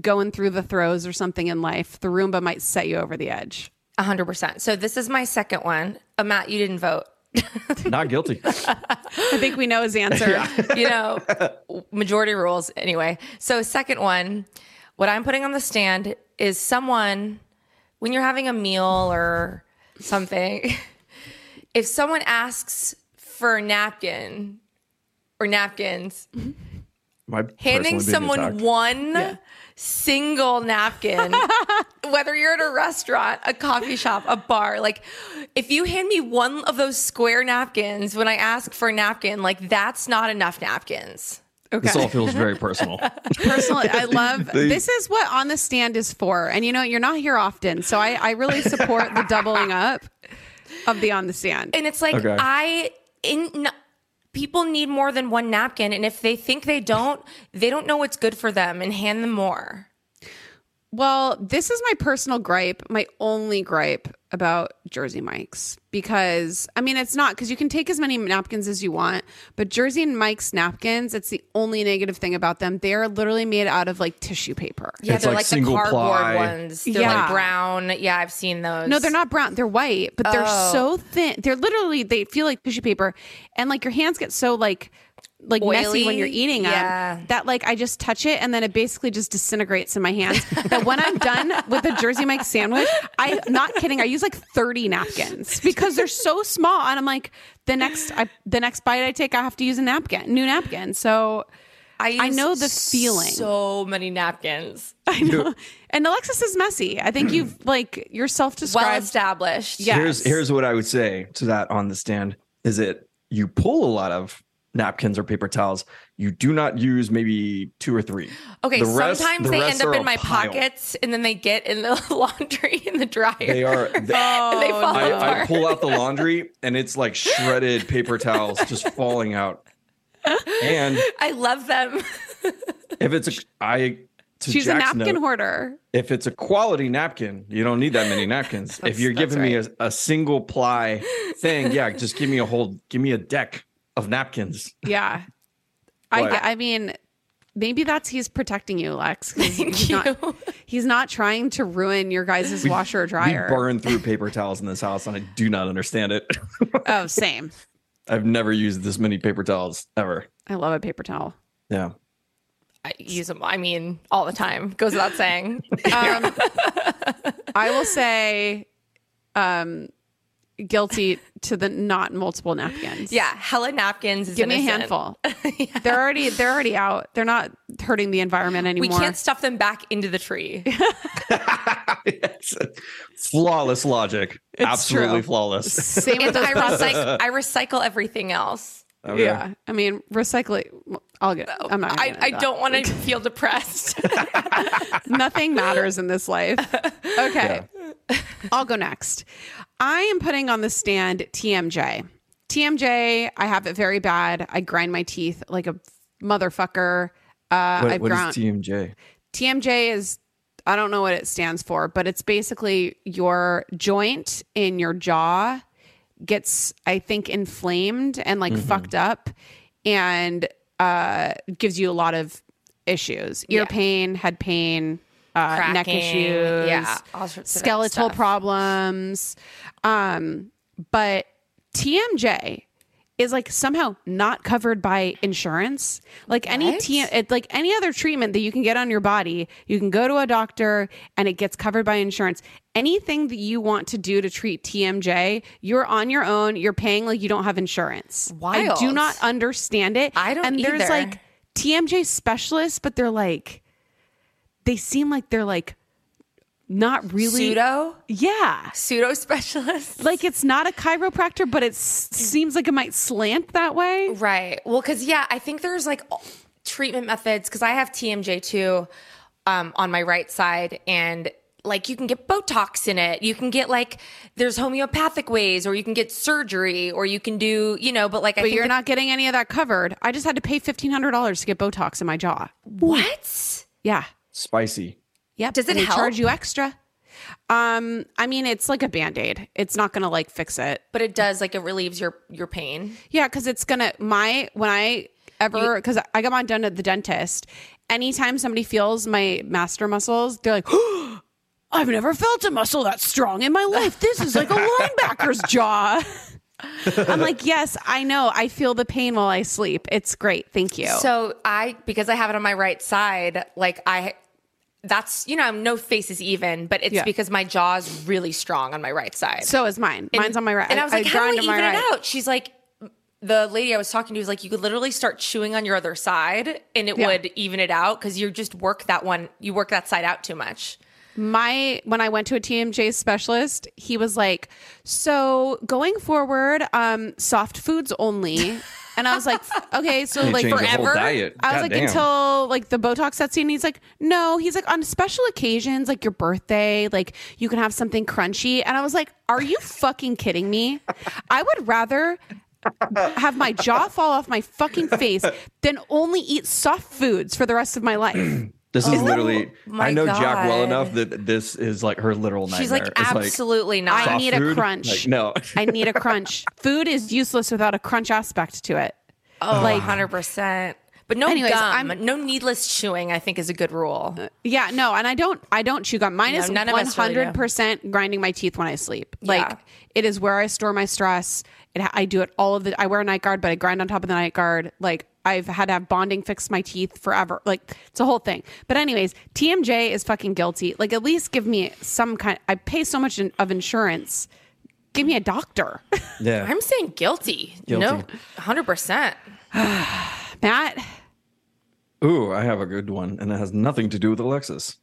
Speaker 1: going through the throes or something in life, the Roomba might set you over the edge.
Speaker 3: A hundred percent. So this is my second one. Uh, Matt, you didn't vote.
Speaker 2: Not guilty.
Speaker 1: I think we know his answer.
Speaker 3: You know, majority rules anyway. So second one, what I'm putting on the stand is someone when you're having a meal or something, if someone asks for a napkin or napkins,
Speaker 2: My
Speaker 3: handing
Speaker 2: personally being
Speaker 3: someone
Speaker 2: attacked.
Speaker 3: one single napkin whether you're at a restaurant a coffee shop a bar like if you hand me one of those square napkins when i ask for a napkin like that's not enough napkins
Speaker 2: This all feels very personal.
Speaker 1: Personally, I love this is what on the stand is for. And you know, you're not here often. So I, I really support the doubling up of the on the stand.
Speaker 3: and it's like
Speaker 2: Okay.
Speaker 3: i in n- people need more than one napkin and if they think they don't they don't know what's good for them and hand them more
Speaker 1: Well, this is my personal gripe, my only gripe about Jersey Mike's because I mean it's not because you can take as many napkins as you want, but Jersey and Mike's napkins, it's the only negative thing about them. They are literally made out of like tissue paper.
Speaker 3: Yeah,
Speaker 2: It's
Speaker 3: they're
Speaker 2: like
Speaker 3: like, the
Speaker 2: single
Speaker 3: cardboard
Speaker 2: ply.
Speaker 3: ones. They're
Speaker 1: Yeah.
Speaker 3: like brown. Yeah, I've seen those.
Speaker 1: No, they're not brown. They're white, but they're
Speaker 3: Oh.
Speaker 1: so thin. They're literally they feel like tissue paper, and like your hands get so like like messy when
Speaker 3: Oily?
Speaker 1: you're eating them
Speaker 3: Yeah.
Speaker 1: that like I just touch it and then it basically just disintegrates in my hands. that when I'm done with a Jersey Mike sandwich, I not kidding, I use like 30 napkins because they're so small, and I'm like the next I the next bite I take, I have to use a napkin, new napkin. So. I
Speaker 3: use
Speaker 1: know the feeling.
Speaker 3: So many napkins.
Speaker 1: I know. And Alexis is messy. I think you've like you're self-described.
Speaker 3: Well established.
Speaker 1: Yeah.
Speaker 2: Here's
Speaker 1: Yes.
Speaker 2: here's what I would say to that on the stand is that you pull a lot of napkins or paper towels. You do not use maybe two or three.
Speaker 3: Okay,
Speaker 2: The rest-
Speaker 3: sometimes
Speaker 2: the
Speaker 3: they
Speaker 2: rest
Speaker 3: end
Speaker 2: are
Speaker 3: up
Speaker 2: a
Speaker 3: in my
Speaker 2: pile.
Speaker 3: pockets and then they get in the laundry in the dryer.
Speaker 2: They are. they-
Speaker 3: and
Speaker 1: Oh,
Speaker 3: they fall
Speaker 2: I, I
Speaker 3: apart.
Speaker 2: pull out the laundry and it's like shredded paper towels just falling out. And
Speaker 3: I love them.
Speaker 2: if it's a, I to
Speaker 1: She's
Speaker 2: Jack's
Speaker 1: a napkin
Speaker 2: note,
Speaker 1: hoarder.
Speaker 2: if it's a quality napkin, you don't need that many napkins. if you're
Speaker 1: that's
Speaker 2: giving me a, a single ply thing, yeah, just give me a whole, give me a deck of napkins.
Speaker 1: Yeah.
Speaker 2: What?
Speaker 1: I, I mean, maybe that's he's protecting you, Lex. 'cause he's, not,
Speaker 3: you.
Speaker 1: he's not trying to ruin your guys' washer or
Speaker 2: We
Speaker 1: dryer.
Speaker 2: burn through paper towels in this house, and I do not understand it.
Speaker 1: Oh, same.
Speaker 2: I've never used this many paper towels ever.
Speaker 1: I love a paper towel.
Speaker 2: Yeah.
Speaker 3: I use them. I mean, all the time. Goes without saying.
Speaker 1: Um, I will say um, guilty to the not multiple napkins.
Speaker 3: yeah, hella napkins. Is
Speaker 1: Give me a
Speaker 3: innocent.
Speaker 1: handful. They're already they're already out. They're not hurting the environment
Speaker 3: We
Speaker 1: anymore.
Speaker 3: can't stuff them back into the tree.
Speaker 2: Yes. Flawless logic. Absolutely
Speaker 1: true.
Speaker 2: flawless.
Speaker 1: Same with
Speaker 3: And
Speaker 1: those
Speaker 3: I recycle. I recycle everything else.
Speaker 2: Okay.
Speaker 1: Yeah, I mean recycling. I'll get. I'm not. gonna
Speaker 3: Oh, I,
Speaker 1: get into
Speaker 3: I
Speaker 1: that.
Speaker 3: don't want to feel depressed.
Speaker 1: Nothing matters in this life. Okay. I'll go next. I am putting on the stand TMJ. TMJ, I have it very bad. I grind my teeth like a motherfucker. Uh,
Speaker 2: What-
Speaker 1: I've
Speaker 2: what is
Speaker 1: ground
Speaker 2: TMJ?
Speaker 1: TMJ is I don't know what it stands for, but it's basically your joint in your jaw gets I think inflamed and like
Speaker 3: Mm-hmm.
Speaker 1: fucked up and uh gives you a lot of issues. Ear
Speaker 3: Yeah.
Speaker 1: pain, head pain, uh neck
Speaker 3: Cracking,
Speaker 1: issues,
Speaker 3: yeah, all sorts of
Speaker 1: skeletal
Speaker 3: stuff.
Speaker 1: problems. Um but TMJ is like somehow not covered by insurance. Like any
Speaker 3: What?
Speaker 1: T- it, like any other treatment that you can get on your body, you can go to a doctor and it gets covered by insurance. Anything that you want to do to treat TMJ, you're on your own. You're paying like you don't have insurance. I do
Speaker 3: Wild.
Speaker 1: not understand it.
Speaker 3: I don't
Speaker 1: And there's
Speaker 3: either.
Speaker 1: like TMJ specialists, but they're like, they seem like they're like not really.
Speaker 3: pseudo
Speaker 1: Yeah.
Speaker 3: pseudo specialist.
Speaker 1: Like it's not a chiropractor, but it s- seems like it might slant that way.
Speaker 3: Right. Well, because yeah, I think there's like treatment methods because I have TMJ too um, on my right side, and like you can get Botox in it. You can get like there's homeopathic ways, or you can get surgery, or you can do you know. But like I
Speaker 1: But
Speaker 3: think
Speaker 1: you're
Speaker 3: the-
Speaker 1: not getting any of that covered. I just had to pay fifteen hundred dollars to get Botox in my jaw.
Speaker 3: what
Speaker 1: Yeah.
Speaker 2: Spicy.
Speaker 1: Yep.
Speaker 3: Does it
Speaker 1: and they
Speaker 3: help?
Speaker 1: charge you extra? Um, I mean, it's like a band aid. It's not gonna like fix it.
Speaker 3: but it does like it relieves your your pain.
Speaker 1: Yeah, because it's gonna my when I ever because I got mine done at the dentist. Anytime somebody feels my master muscles, they're like, "I've never felt a muscle that strong in my life. This is like a linebacker's jaw." I'm like, yes, I know. I feel the pain while I sleep. It's great. Thank you.
Speaker 3: So I because I have it on my right side, like I that's you know no face is even, but it's
Speaker 1: Yeah.
Speaker 3: because my jaw's really strong on my right side.
Speaker 1: so is mine.
Speaker 3: And-
Speaker 1: Mine's on my right.
Speaker 3: And I was like, how do we
Speaker 1: grind on
Speaker 3: even
Speaker 1: my
Speaker 3: it out? She's like, the lady I was talking to was like, you could literally start chewing on your other side and it
Speaker 1: Yeah.
Speaker 3: would even it out because you just work that one, you work that side out too much.
Speaker 1: my when I went to a TMJ specialist, he was like, "So going forward, um, soft foods only." And I was like, "Okay, so
Speaker 2: You
Speaker 1: like
Speaker 2: change your whole
Speaker 1: forever."
Speaker 2: diet.
Speaker 1: I was like,
Speaker 2: Goddamn.
Speaker 1: "Until like the Botox sets in." He's like, "No." He's like, "On special occasions, like your birthday, like you can have something crunchy." And I was like, "Are you fucking kidding me? I would rather." Have my jaw fall off my fuchan face than only eat soft foods for the rest of my life.
Speaker 2: This is literally.
Speaker 3: Oh my
Speaker 2: I know Jack well
Speaker 3: God.
Speaker 2: enough that this is like her literal nightmare.
Speaker 3: She's like,
Speaker 2: It's
Speaker 3: absolutely not.
Speaker 1: I
Speaker 2: soft
Speaker 1: need a
Speaker 2: food?
Speaker 1: crunch.
Speaker 2: Like, no.
Speaker 1: I need a crunch. Food is useless without a crunch aspect to it.
Speaker 3: oh, like hundred percent. But no
Speaker 1: Anyways,
Speaker 3: gum,
Speaker 1: I'm-
Speaker 3: no needless chewing. I think is a good rule.
Speaker 1: Yeah, no, and I don't. I don't chew gum. Mine
Speaker 3: No,
Speaker 1: is
Speaker 3: none of
Speaker 1: one
Speaker 3: us really do.
Speaker 1: hundred percent grinding my teeth when I sleep. Like
Speaker 3: Yeah.
Speaker 1: it is where I store my stress. It, I do it all of the. I wear a night guard, but I grind on top of the night guard. Like I've had to have bonding fix my teeth forever. Like it's a whole thing. But anyways, TMJ is fucking guilty. Like at least give me some kind. I pay so much in, of insurance. Give me a doctor,
Speaker 2: Yeah.
Speaker 3: I'm saying guilty. No,
Speaker 2: Guilty.
Speaker 3: hundred percent.
Speaker 1: Matt.
Speaker 2: Ooh, I have a good one, and it has nothing to do with Alexis.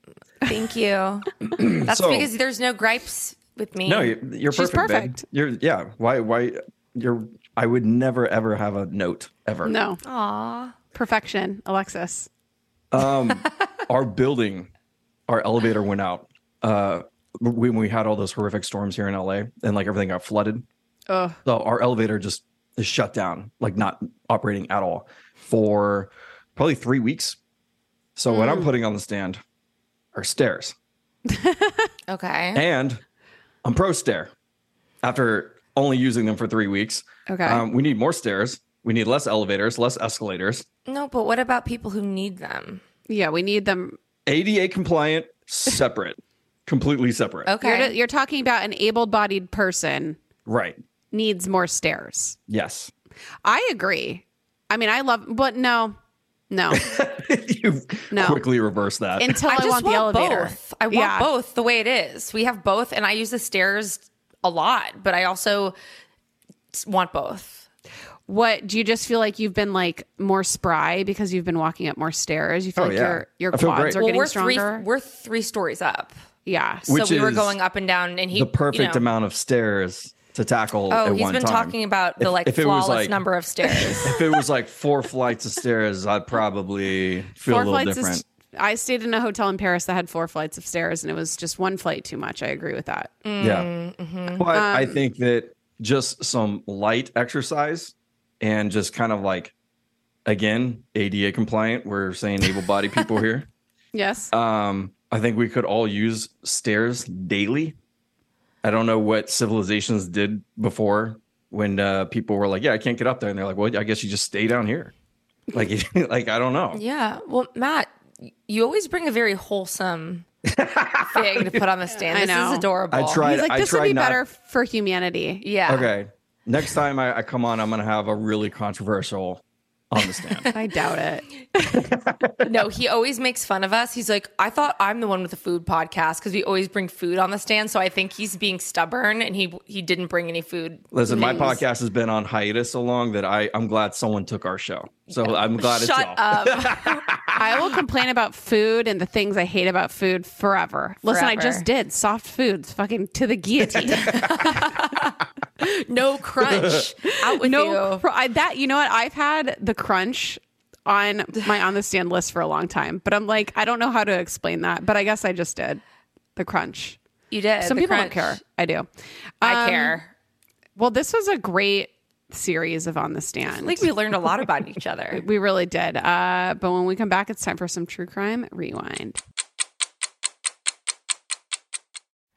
Speaker 3: Thank you. That's
Speaker 2: So-
Speaker 3: because there's no gripes with me.
Speaker 2: No, you're, you're
Speaker 1: She's
Speaker 2: perfect. babe.
Speaker 1: perfect.
Speaker 2: You're yeah. Why why you're I would never ever have a note ever.
Speaker 1: No, perfection, Alexis.
Speaker 2: Our building, our elevator went out. Uh when we had all those horrific storms here in LA and like everything got flooded. So our elevator just is shut down, like not operating at all for probably three weeks. So what I'm putting on the stand are stairs.
Speaker 3: Okay.
Speaker 2: and I'm pro stair. After only using them for three weeks,
Speaker 1: Okay.
Speaker 2: um, we need more stairs. We need less elevators, less escalators.
Speaker 3: No, but what about people who need them?
Speaker 1: Yeah, we need them
Speaker 2: ADA compliant, separate, completely separate.
Speaker 3: Okay.
Speaker 1: You're, you're talking about an able bodied person
Speaker 2: Right.
Speaker 1: needs more stairs.
Speaker 2: Yes.
Speaker 1: I agree. I mean, I love, but no, no.
Speaker 2: you
Speaker 1: No.
Speaker 2: quickly reverse that.
Speaker 1: Until I,
Speaker 3: I just
Speaker 1: want, the elevator.
Speaker 3: both. I want
Speaker 1: Yeah.
Speaker 3: both the way it is. We have both, and I use the stairs a lot, but I also s- want both.
Speaker 1: What do you just feel like you've been like more spry because you've been walking up more stairs? You feel
Speaker 2: Oh,
Speaker 1: like
Speaker 2: yeah.
Speaker 1: your your
Speaker 2: I feel
Speaker 1: quads
Speaker 2: great.
Speaker 1: are
Speaker 2: Well,
Speaker 1: getting
Speaker 3: we're
Speaker 1: stronger.
Speaker 3: three. We're three stories up,
Speaker 1: yeah.
Speaker 2: Which
Speaker 3: so we were
Speaker 2: is
Speaker 3: going up and down, and he
Speaker 2: the perfect
Speaker 3: you know-
Speaker 2: amount of stairs to tackle.
Speaker 3: Oh,
Speaker 2: at
Speaker 3: he's
Speaker 2: one
Speaker 3: been
Speaker 2: time.
Speaker 3: talking about the
Speaker 2: If-
Speaker 3: like
Speaker 2: if it was,
Speaker 3: flawless
Speaker 2: like-
Speaker 3: number of stairs.
Speaker 2: If it was like four flights of stairs, I'd probably feel a little different.
Speaker 1: Is, I stayed in a hotel in Paris that had four flights of stairs, and it was just one flight too much. I agree with that.
Speaker 3: mm,
Speaker 2: Yeah.
Speaker 3: mm-hmm.
Speaker 2: But
Speaker 3: Um,
Speaker 2: I think that just some light exercise and just kind of like, again, ADA compliant. We're saying able bodied people here.
Speaker 1: Yes.
Speaker 2: Um, I think we could all use stairs daily. I don't know what civilizations did before when uh, people were like, yeah, I can't get up there. And they're like, well, I guess you just stay down here. Like, like I don't know.
Speaker 3: yeah. Well, Matt, you always bring a very wholesome thing to put on the stand.
Speaker 1: I
Speaker 3: This
Speaker 1: know.
Speaker 3: is adorable.
Speaker 2: I tried.
Speaker 1: He's like,
Speaker 2: I
Speaker 1: this would
Speaker 2: tried
Speaker 1: be
Speaker 2: not-
Speaker 1: better for humanity.
Speaker 3: Yeah.
Speaker 2: Okay. Next time I, I come on, I'm going to have a really controversial on the stand.
Speaker 1: I doubt it.
Speaker 3: No, he always makes fun of us. He's like, I thought I'm the one with the food podcast because we always bring food on the stand. So I think he's being stubborn and he he didn't bring any food.
Speaker 2: Listen, my podcast has been on hiatus so long that I, I'm glad someone took our show. So I'm glad it's
Speaker 3: Shut
Speaker 2: y'all.
Speaker 3: up.
Speaker 1: I will complain about food and the things I hate about food forever. Listen, I
Speaker 3: Forever.
Speaker 1: just did soft foods, fucking to the guillotine.
Speaker 3: no crunch. Out with
Speaker 1: no,
Speaker 3: you.
Speaker 1: cr- I, that you know what? I've had the crunch on my on the stand list for a long time, but I'm like, I don't know how to explain that, but I guess I just did the crunch.
Speaker 3: you did.
Speaker 1: Some
Speaker 3: Uh, the
Speaker 1: people
Speaker 3: crunch.
Speaker 1: don't care. I do.
Speaker 3: I
Speaker 1: Um,
Speaker 3: care.
Speaker 1: Well, this was a great series of on the stand.
Speaker 3: I think we learned a lot about each other.
Speaker 1: we really did. Uh, but when we come back, it's time for some true crime rewind.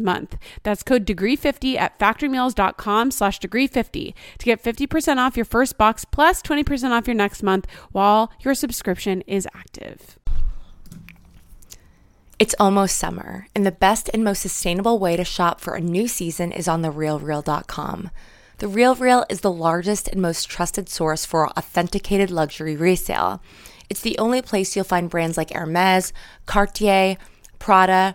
Speaker 1: month. That's code degree50 at factormeals.com slash degree50 to get 50% off your first box plus 20% off your next month while your subscription is active.
Speaker 3: It's almost summer, and the best and most sustainable way to shop for a new season is on therealreal.com. The Real Real is the largest and most trusted source for authenticated luxury resale. It's the only place you'll find brands like Hermes, Cartier, Prada,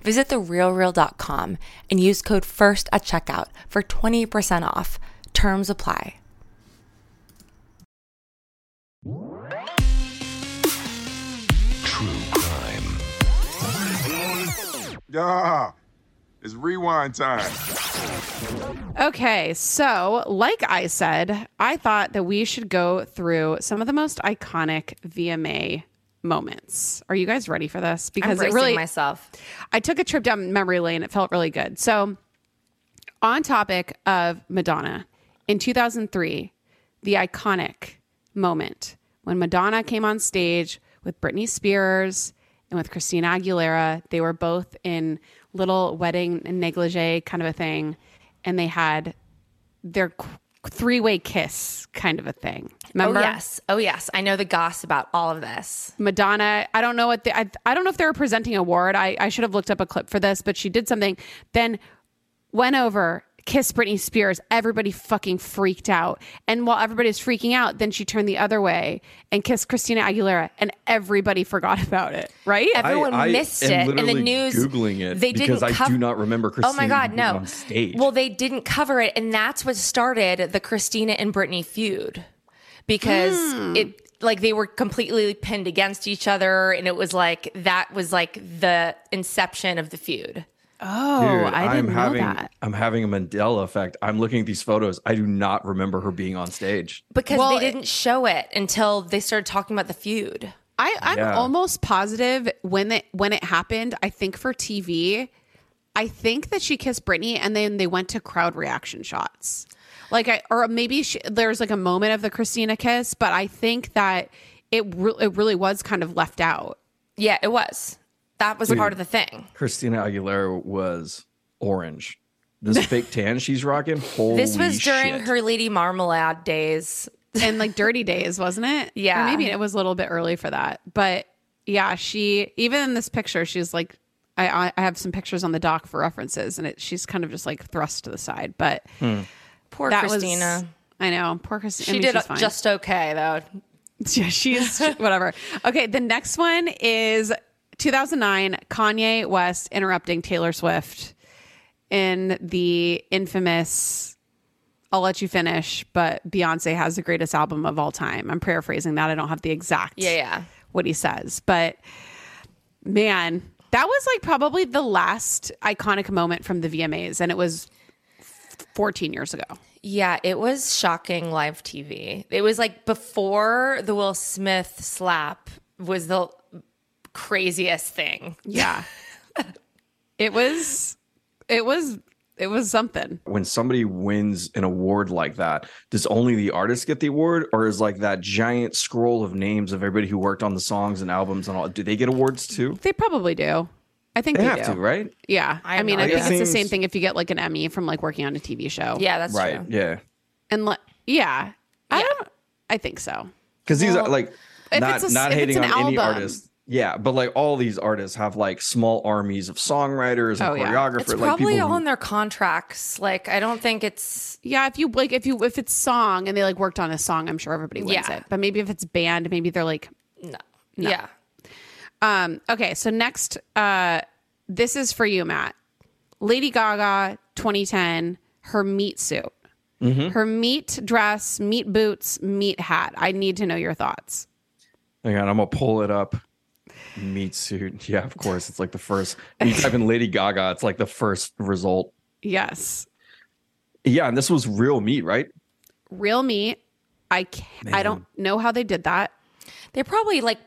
Speaker 3: Visit therealreal.com and use code FIRST at checkout for 20% off. Terms apply.
Speaker 6: True crime.
Speaker 7: Yeah, it's rewind time.
Speaker 1: Okay, so like I said, I thought that we should go through some of the most iconic VMA moments. Are you guys ready for this?
Speaker 3: I'm
Speaker 1: Because it
Speaker 3: bracing
Speaker 1: really
Speaker 3: myself.
Speaker 1: I took a trip down memory lane. It felt really good. So, on topic of Madonna, in 2003, the iconic moment when Madonna came on stage with Britney Spears and with Christina Aguilera, they were both in little wedding negligee kind of a thing, and they had their three way kiss kind of a thing. Remember?
Speaker 3: Oh yes, oh yes. I know the goss about all of this.
Speaker 1: Madonna. I don't know what the, I, I don't know if they were presenting an award. I, I should have looked up a clip for this, but she did something. Then went over, kissed Britney Spears. Everybody fucking freaked out. And while everybody was freaking out, then she turned the other way and kissed Christina Aguilera, and everybody forgot about it. Right?
Speaker 3: Everyone
Speaker 2: I
Speaker 3: missed
Speaker 2: am
Speaker 3: it, and the
Speaker 2: literally
Speaker 3: news
Speaker 2: Googling it
Speaker 3: They didn't
Speaker 2: because I
Speaker 3: cov-
Speaker 2: do not remember
Speaker 3: Oh my
Speaker 2: Christina
Speaker 3: god,
Speaker 2: being
Speaker 3: no!
Speaker 2: on stage.
Speaker 3: Well, they didn't cover it, and that's what started the Christina and Britney feud because it like they were completely pinned against each other, and it was like that was like the inception of the feud.
Speaker 1: oh, I
Speaker 2: am
Speaker 1: didn't know
Speaker 2: having
Speaker 1: that.
Speaker 2: I'm having a Mandela effect. I'm looking at these photos. I do not remember her being on stage.
Speaker 3: Because
Speaker 1: Well, it-
Speaker 3: they didn't show it until they started talking about the feud.
Speaker 1: I, I'm
Speaker 2: Yeah.
Speaker 1: almost positive when it when it happened. I think for TV, I think that she kissed Britney, and then they went to crowd reaction shots. Like, I or maybe she, there's like a moment of the Christina kiss, but I think that it re- it really was kind of left out.
Speaker 3: Yeah, it was. That was part of the thing.
Speaker 2: Christina Aguilera was orange. This fake tan she's rocking. Holy
Speaker 3: This was during
Speaker 2: shit.
Speaker 3: her Lady Marmalade days.
Speaker 1: and like Dirty Days, wasn't it?
Speaker 3: Yeah.
Speaker 1: Or maybe it was a little bit early for that, but yeah, she even in this picture, she's like, I- I I have some pictures on the dock for references, and it she's kind of just like thrust to the side, but.
Speaker 3: Poor
Speaker 1: that
Speaker 3: Christina.
Speaker 1: was I know poor Christina.
Speaker 3: she
Speaker 1: I mean,
Speaker 3: did
Speaker 1: she's fine.
Speaker 3: just okay though.
Speaker 1: yeah, she's whatever. Okay, the next one is 2009. Kanye West interrupting Taylor Swift in the infamous. I'll let you finish, but Beyonce has the greatest album of all time. I'm paraphrasing that. I don't have the exact
Speaker 3: Yeah, yeah.
Speaker 1: what he says, but man, that was like probably the last iconic moment from the VMAs, and it was 14 years ago.
Speaker 3: Yeah, it was shocking live TV. It was like before the Will Smith slap was the craziest thing.
Speaker 1: Yeah. it was it was It was something.
Speaker 2: when somebody wins an award like that, does only the artist get the award, or is like that giant scroll of names of everybody who worked on the songs and albums and all? Do they get awards too?
Speaker 1: They probably do. I think
Speaker 2: They
Speaker 1: they,
Speaker 2: have
Speaker 1: do.
Speaker 2: to, right?
Speaker 1: Yeah.
Speaker 3: I
Speaker 1: I, mean,
Speaker 3: know.
Speaker 1: I think it's
Speaker 2: Yeah.
Speaker 1: the same
Speaker 2: Seems-
Speaker 1: thing if you get like an Emmy from like working on a TV show.
Speaker 3: Yeah, that's
Speaker 2: Right.
Speaker 3: true.
Speaker 2: Yeah.
Speaker 1: And like, yeah, I don't. I think so.
Speaker 2: Because these are like
Speaker 1: if
Speaker 2: not
Speaker 1: it's a-
Speaker 2: not
Speaker 1: if it's
Speaker 2: hating on
Speaker 1: an
Speaker 2: any
Speaker 1: album.
Speaker 2: artist. Yeah, but like all these artists have like small armies of songwriters and
Speaker 1: Oh, yeah.
Speaker 2: choreographers.
Speaker 3: It's
Speaker 2: like
Speaker 3: probably
Speaker 2: people
Speaker 3: all
Speaker 2: who-
Speaker 3: in their contracts. Like, I don't think it's
Speaker 1: Yeah, if you like, if you if it's song and they like worked on a song, I'm sure everybody wins
Speaker 3: Yeah.
Speaker 1: it. But maybe if it's band, maybe they're like,
Speaker 3: yeah.
Speaker 1: um, okay. So next, uh, this is for you, Matt. Lady Gaga, 2010, her meat suit,
Speaker 2: Mm-hmm.
Speaker 1: her meat dress, meat boots, meat hat. I need to know your thoughts.
Speaker 2: Hang on, Oh I'm gonna pull it up. Meat suit. Yeah, of course. It's like the first. When you type in Lady Gaga, it's like the first result.
Speaker 1: Yes,
Speaker 2: Yeah, and this was real meat, right?
Speaker 1: real meat. I can't, I don't know how they did that.
Speaker 3: They probably like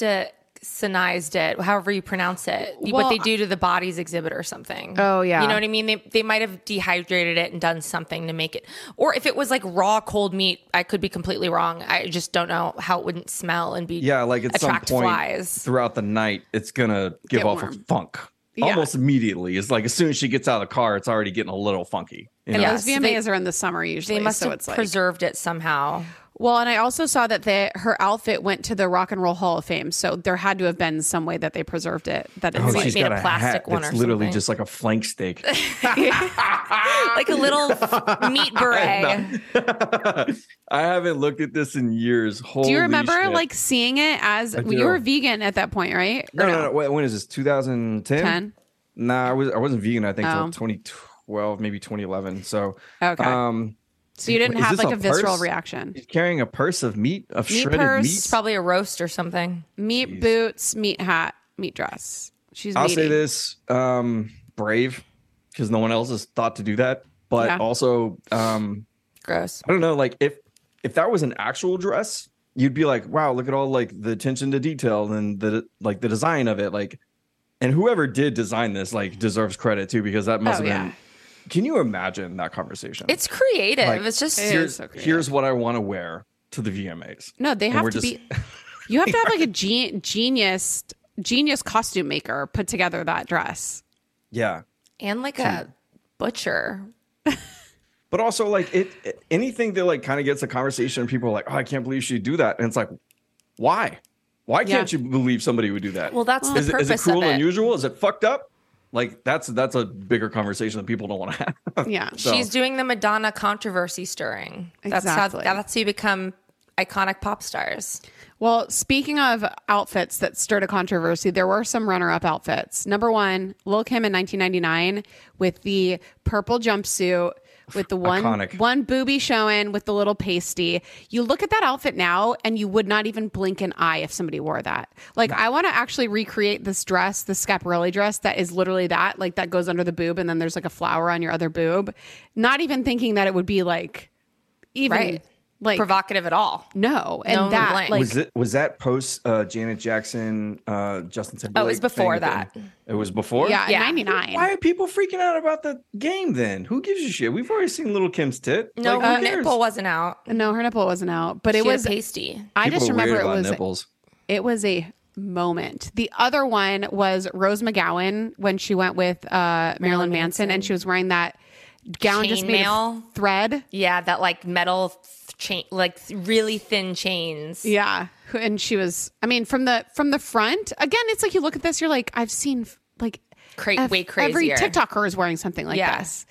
Speaker 3: plasticinized it, however you pronounce it,
Speaker 1: Well,
Speaker 3: what they do to the body's exhibit or something.
Speaker 1: Oh, yeah.
Speaker 3: You know what I mean? They, they might have dehydrated it and done something to make it. Or if it was like raw cold meat, I could be completely wrong. I just don't know how it wouldn't smell and be
Speaker 2: Yeah, like at
Speaker 3: attract
Speaker 2: some point
Speaker 3: flies.
Speaker 2: throughout the night, it's gonna give
Speaker 1: Get
Speaker 2: off a
Speaker 1: warm.
Speaker 2: funk
Speaker 1: Yeah.
Speaker 2: almost immediately. It's like as soon as she gets out of the car, it's already getting a little funky. you know?
Speaker 1: And
Speaker 3: Yeah,
Speaker 1: those
Speaker 3: so they-
Speaker 1: VMAs are in the summer usually.
Speaker 3: They must
Speaker 1: so
Speaker 3: have
Speaker 1: it's like,
Speaker 3: preserved it somehow.
Speaker 1: Well, and I also saw that the, her outfit went to the Rock and Roll Hall of Fame, so there had to have been some way that they preserved it. That it's
Speaker 2: Oh,
Speaker 1: like,
Speaker 2: she's
Speaker 3: made
Speaker 2: got
Speaker 3: a
Speaker 2: a
Speaker 3: plastic
Speaker 2: hat
Speaker 3: one
Speaker 2: that's
Speaker 3: or
Speaker 2: literally
Speaker 3: something.
Speaker 2: just like a flank steak.
Speaker 3: like a little f- meat beret.
Speaker 2: I haven't looked at this in years. Holy
Speaker 1: do you remember
Speaker 2: shit.
Speaker 1: like seeing it as
Speaker 2: I
Speaker 1: you were
Speaker 2: do.
Speaker 1: vegan at that point, right?
Speaker 2: no, no, no, wait, when is this? 2010?
Speaker 1: Ten.
Speaker 2: Nah, I was I wasn't vegan. I think
Speaker 1: Oh.
Speaker 2: till 2012, maybe 2011. So
Speaker 1: Okay.
Speaker 2: um,
Speaker 1: So you didn't
Speaker 2: Is
Speaker 1: have
Speaker 2: this
Speaker 1: like a,
Speaker 2: a
Speaker 1: visceral
Speaker 2: purse?
Speaker 1: reaction.
Speaker 2: she's carrying a purse of meat of
Speaker 1: Meat
Speaker 2: shredded
Speaker 1: purse,
Speaker 2: meat.
Speaker 3: Probably a roast or something.
Speaker 1: Meat boots, meat hat, meat dress. She's.
Speaker 2: I'll say
Speaker 1: meaty.
Speaker 2: this: um, brave, because no one else has thought to do that. But
Speaker 1: Yeah.
Speaker 2: also, um,
Speaker 3: Gross.
Speaker 2: I don't know. Like if if that was an actual dress, you'd be like, wow, look at all like the attention to detail and the like the design of it. Like, and whoever did design this like deserves credit too because that must
Speaker 1: Oh,
Speaker 2: have
Speaker 1: yeah.
Speaker 2: been. Can you imagine that conversation?
Speaker 3: It's creative.
Speaker 2: Like,
Speaker 3: it's just
Speaker 1: It
Speaker 2: here's
Speaker 1: is so creative.
Speaker 2: here's what I want to wear to the VMAs.
Speaker 1: No, they
Speaker 2: And
Speaker 1: have
Speaker 2: we're
Speaker 1: to be. You have to have like a gen- genius, genius costume maker put together that dress.
Speaker 2: yeah.
Speaker 3: and like a butcher.
Speaker 2: But also like it, it- anything that like kind of gets a conversation, people are like, oh, I can't believe she'd do that, and it's like, why? Why
Speaker 1: Yeah.
Speaker 2: can't you believe somebody would do that?
Speaker 3: Well, that's the
Speaker 2: is, it,
Speaker 3: purpose
Speaker 2: is it cruel
Speaker 3: of it.
Speaker 2: and unusual? Is it fucked up? Like that's that's a bigger conversation that people don't want to have.
Speaker 1: Yeah.
Speaker 2: So-
Speaker 3: She's doing the Madonna controversy stirring.
Speaker 1: Exactly.
Speaker 3: That's how that's how you become iconic pop stars.
Speaker 1: Well, speaking of outfits that stirred a controversy, there were some runner-up outfits. Number one, Lil Kim in 1999 with the purple jumpsuit with the one
Speaker 2: Iconic.
Speaker 1: one booby showing with the little pasty. You look at that outfit now, and you would not even blink an eye if somebody wore that. Like, I want to actually recreate this dress, the Scaparelli dress that is literally that, like that goes under the boob, and then there's like a flower on your other boob. Not even thinking that it would be like even
Speaker 3: Right.
Speaker 1: like
Speaker 3: Provocative at all.
Speaker 1: no, and
Speaker 3: No one
Speaker 1: that
Speaker 3: blank.
Speaker 1: like
Speaker 2: was it was that post uh, Janet Jackson, uh, Justin Timberlake?
Speaker 3: Oh, it was
Speaker 2: thing
Speaker 3: before
Speaker 2: with
Speaker 3: that.
Speaker 2: them? It was before.
Speaker 1: Yeah,
Speaker 3: Yeah.
Speaker 1: 99.
Speaker 2: Why are people freaking out about the game then? Who gives a shit? We've already seen Little Kim's tit.
Speaker 3: No,
Speaker 2: Like, who
Speaker 3: her
Speaker 2: cares?
Speaker 3: Uh, nipple wasn't out.
Speaker 1: No, her nipple wasn't out, but
Speaker 3: It
Speaker 1: it
Speaker 3: she was
Speaker 1: was.
Speaker 3: pasty.
Speaker 1: I
Speaker 2: People
Speaker 1: just
Speaker 2: are
Speaker 1: remember
Speaker 2: weird
Speaker 1: it
Speaker 2: about
Speaker 1: was.
Speaker 2: nipples.
Speaker 1: It was a moment. The other one was Rose McGowan when she went with uh, Marilyn Manson, and she was wearing that gown just made
Speaker 3: Chainmail.
Speaker 1: of thread.
Speaker 3: Yeah, that like metal th- chain, like th- really thin chains.
Speaker 1: Yeah, and she was. I mean, from the from the front again, it's like you look at this, you're like, I've seen like.
Speaker 3: Cra- way
Speaker 1: Every
Speaker 3: crazier.
Speaker 1: TikToker is wearing something like
Speaker 3: Yeah.
Speaker 1: this,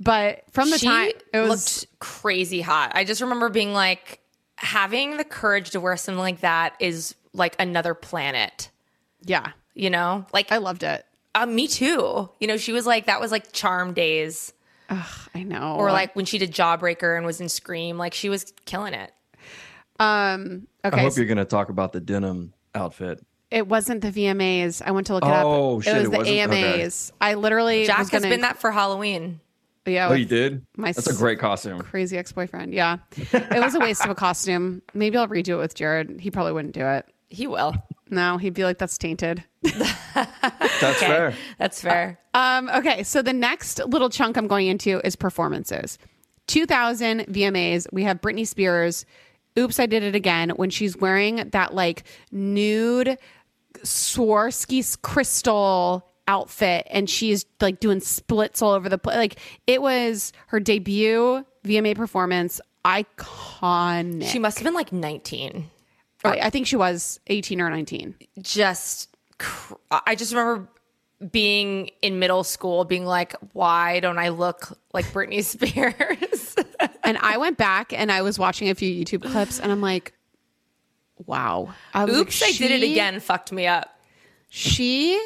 Speaker 1: but from the
Speaker 3: she
Speaker 1: time it was
Speaker 3: looked crazy hot. I just remember being like, having the courage to wear something like that is like another planet.
Speaker 1: yeah,
Speaker 3: You know, like
Speaker 1: I loved it.
Speaker 3: uh, me too. You know, she was like that was like Charm Days,
Speaker 1: I know.
Speaker 3: or like when she did Jawbreaker and was in Scream. Like she was killing it.
Speaker 1: um, okay,
Speaker 2: I hope
Speaker 1: so-
Speaker 2: you're going to talk about the denim outfit.
Speaker 1: It wasn't the VMAs. I went to look it up.
Speaker 2: Oh, shit,
Speaker 1: It was
Speaker 2: it
Speaker 1: the
Speaker 2: wasn't? Okay.
Speaker 1: AMAs. I literally
Speaker 3: Jack
Speaker 1: was
Speaker 3: has
Speaker 1: gonna-
Speaker 3: been that for Halloween.
Speaker 1: Yeah,
Speaker 2: Oh,
Speaker 1: with
Speaker 2: you did?
Speaker 1: my
Speaker 2: That's a
Speaker 1: s-
Speaker 2: great costume.
Speaker 1: crazy ex boyfriend. Yeah, it was a waste of a costume. Maybe I'll redo it with Jared. He probably wouldn't do it.
Speaker 3: He will.
Speaker 1: No, he'd be like, "That's tainted."
Speaker 2: That's fair.
Speaker 3: That's fair.
Speaker 1: Um, okay, so the next little chunk I'm going into is performances. 2000 VMAs, we have Britney Spears. Oops, I did it again when she's wearing that like nude Swarovski crystal outfit and she's like doing splits all over the place. Like it was her debut VMA performance. Iconic.
Speaker 3: She must have been like 19.
Speaker 1: I, I think she was 18 or 19.
Speaker 3: Just, cr- I just remember being in middle school, being like, why don't I look like Britney Spears?
Speaker 1: and I went back and I was watching a few YouTube clips and I'm like, wow. I was like,
Speaker 3: Oops, I did it
Speaker 1: she-
Speaker 3: again. Fucked me up.
Speaker 1: She,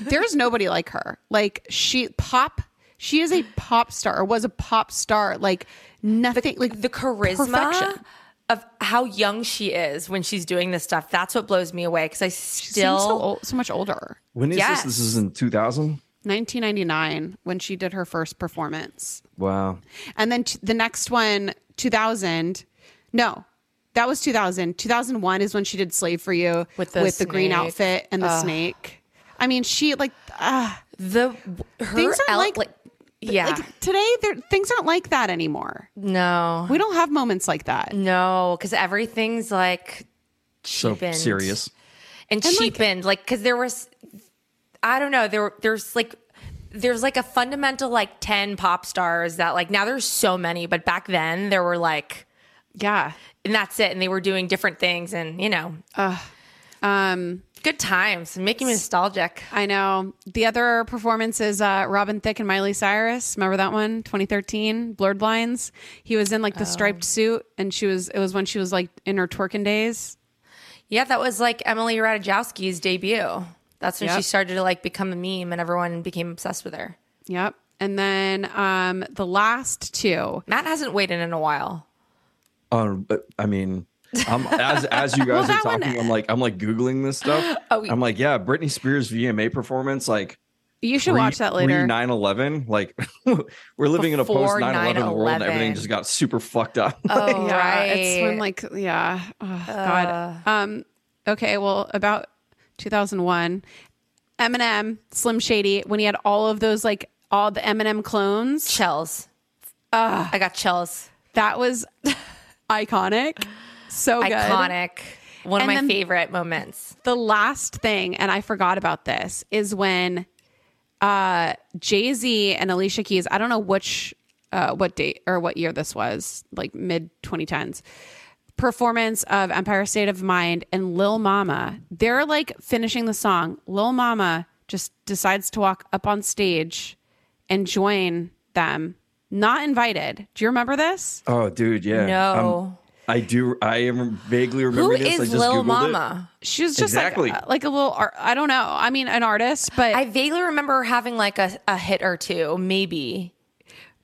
Speaker 1: there's nobody like her. Like she pop, she is a pop star or was a pop star. Like nothing, like
Speaker 3: the charisma
Speaker 1: perfection.
Speaker 3: of how young she is when she's doing this stuff. That's what blows me away because I
Speaker 1: Still
Speaker 3: still
Speaker 1: so old, so much older.
Speaker 2: When is
Speaker 3: Yes.
Speaker 2: this? This is in 2000.
Speaker 1: 1999 when she did her first performance.
Speaker 2: Wow.
Speaker 1: And then t- the next one, 2000. No, that was 2000. 2001 is when she did Slave for You
Speaker 3: With the
Speaker 1: green
Speaker 3: snake.
Speaker 1: outfit and the snake. I mean, she like, uh,
Speaker 3: the her
Speaker 1: Things are
Speaker 3: ele-
Speaker 1: like-
Speaker 3: yeah
Speaker 1: like today there, things aren't like that anymore.
Speaker 3: no
Speaker 1: We don't have moments like that.
Speaker 3: no because everything's like
Speaker 2: So
Speaker 3: cheapened
Speaker 2: serious.
Speaker 3: and, cheapened like because there was I don't know there were- there's like there's like a fundamental like ten pop stars that like now there's so many but back then there were like
Speaker 1: Yeah.
Speaker 3: and that's it and they were doing different things and you know
Speaker 1: Um,
Speaker 3: good times making me nostalgic
Speaker 1: I know. The other performance is uh, Robin Thicke and Miley Cyrus. Remember that one? 2013, Blurred Lines. He was in like the striped suit, and she was. It was when she was like in her twerking days.
Speaker 3: Yeah, that was like Emily Ratajkowski's debut. That's when she
Speaker 1: Yep.
Speaker 3: started to like become a meme and everyone became obsessed with her.
Speaker 1: Yep. And then um, the last two.
Speaker 3: Matt hasn't waited in a while.
Speaker 2: Um, but I mean, I'm, as as you guys are
Speaker 1: that one-
Speaker 2: talking, I'm like I'm like googling this stuff.
Speaker 3: Oh,
Speaker 2: I'm like, yeah, Britney Spears VMA performance, like
Speaker 1: You should watch that later.
Speaker 2: 9 11. Like we're living in a
Speaker 3: Before
Speaker 2: post 9 11 world, and
Speaker 3: 9/11.
Speaker 2: everything just got super fucked up.
Speaker 3: Oh,
Speaker 1: yeah, it's when like yeah, oh, God. Um, okay, well, about 2001, Eminem, Slim Shady, when he had all of those like all the Eminem clones.
Speaker 3: chills. I got chills.
Speaker 1: That was iconic. So good.
Speaker 3: Iconic. One of
Speaker 1: And
Speaker 3: my
Speaker 1: then-
Speaker 3: favorite moments.
Speaker 1: The last thing, and I forgot about this, is when uh, Jay Z and Alicia Keys. I don't know which, uh, what date or what year this was, like mid 2010s. Performance of Empire State of Mind and Lil Mama. They're like finishing the song. Lil Mama just decides to walk up on stage and join them, not invited. Do you remember this?
Speaker 2: oh, dude, yeah.
Speaker 3: No.
Speaker 2: I'm- I do. I am vaguely
Speaker 3: Who
Speaker 2: remember this.
Speaker 3: is
Speaker 2: I just
Speaker 3: Lil
Speaker 2: Googled
Speaker 3: Mama?
Speaker 1: She was just
Speaker 2: Exactly.
Speaker 1: like, like a little art. I don't know. I mean, an artist, but
Speaker 3: I vaguely remember having like a, a hit or two, maybe.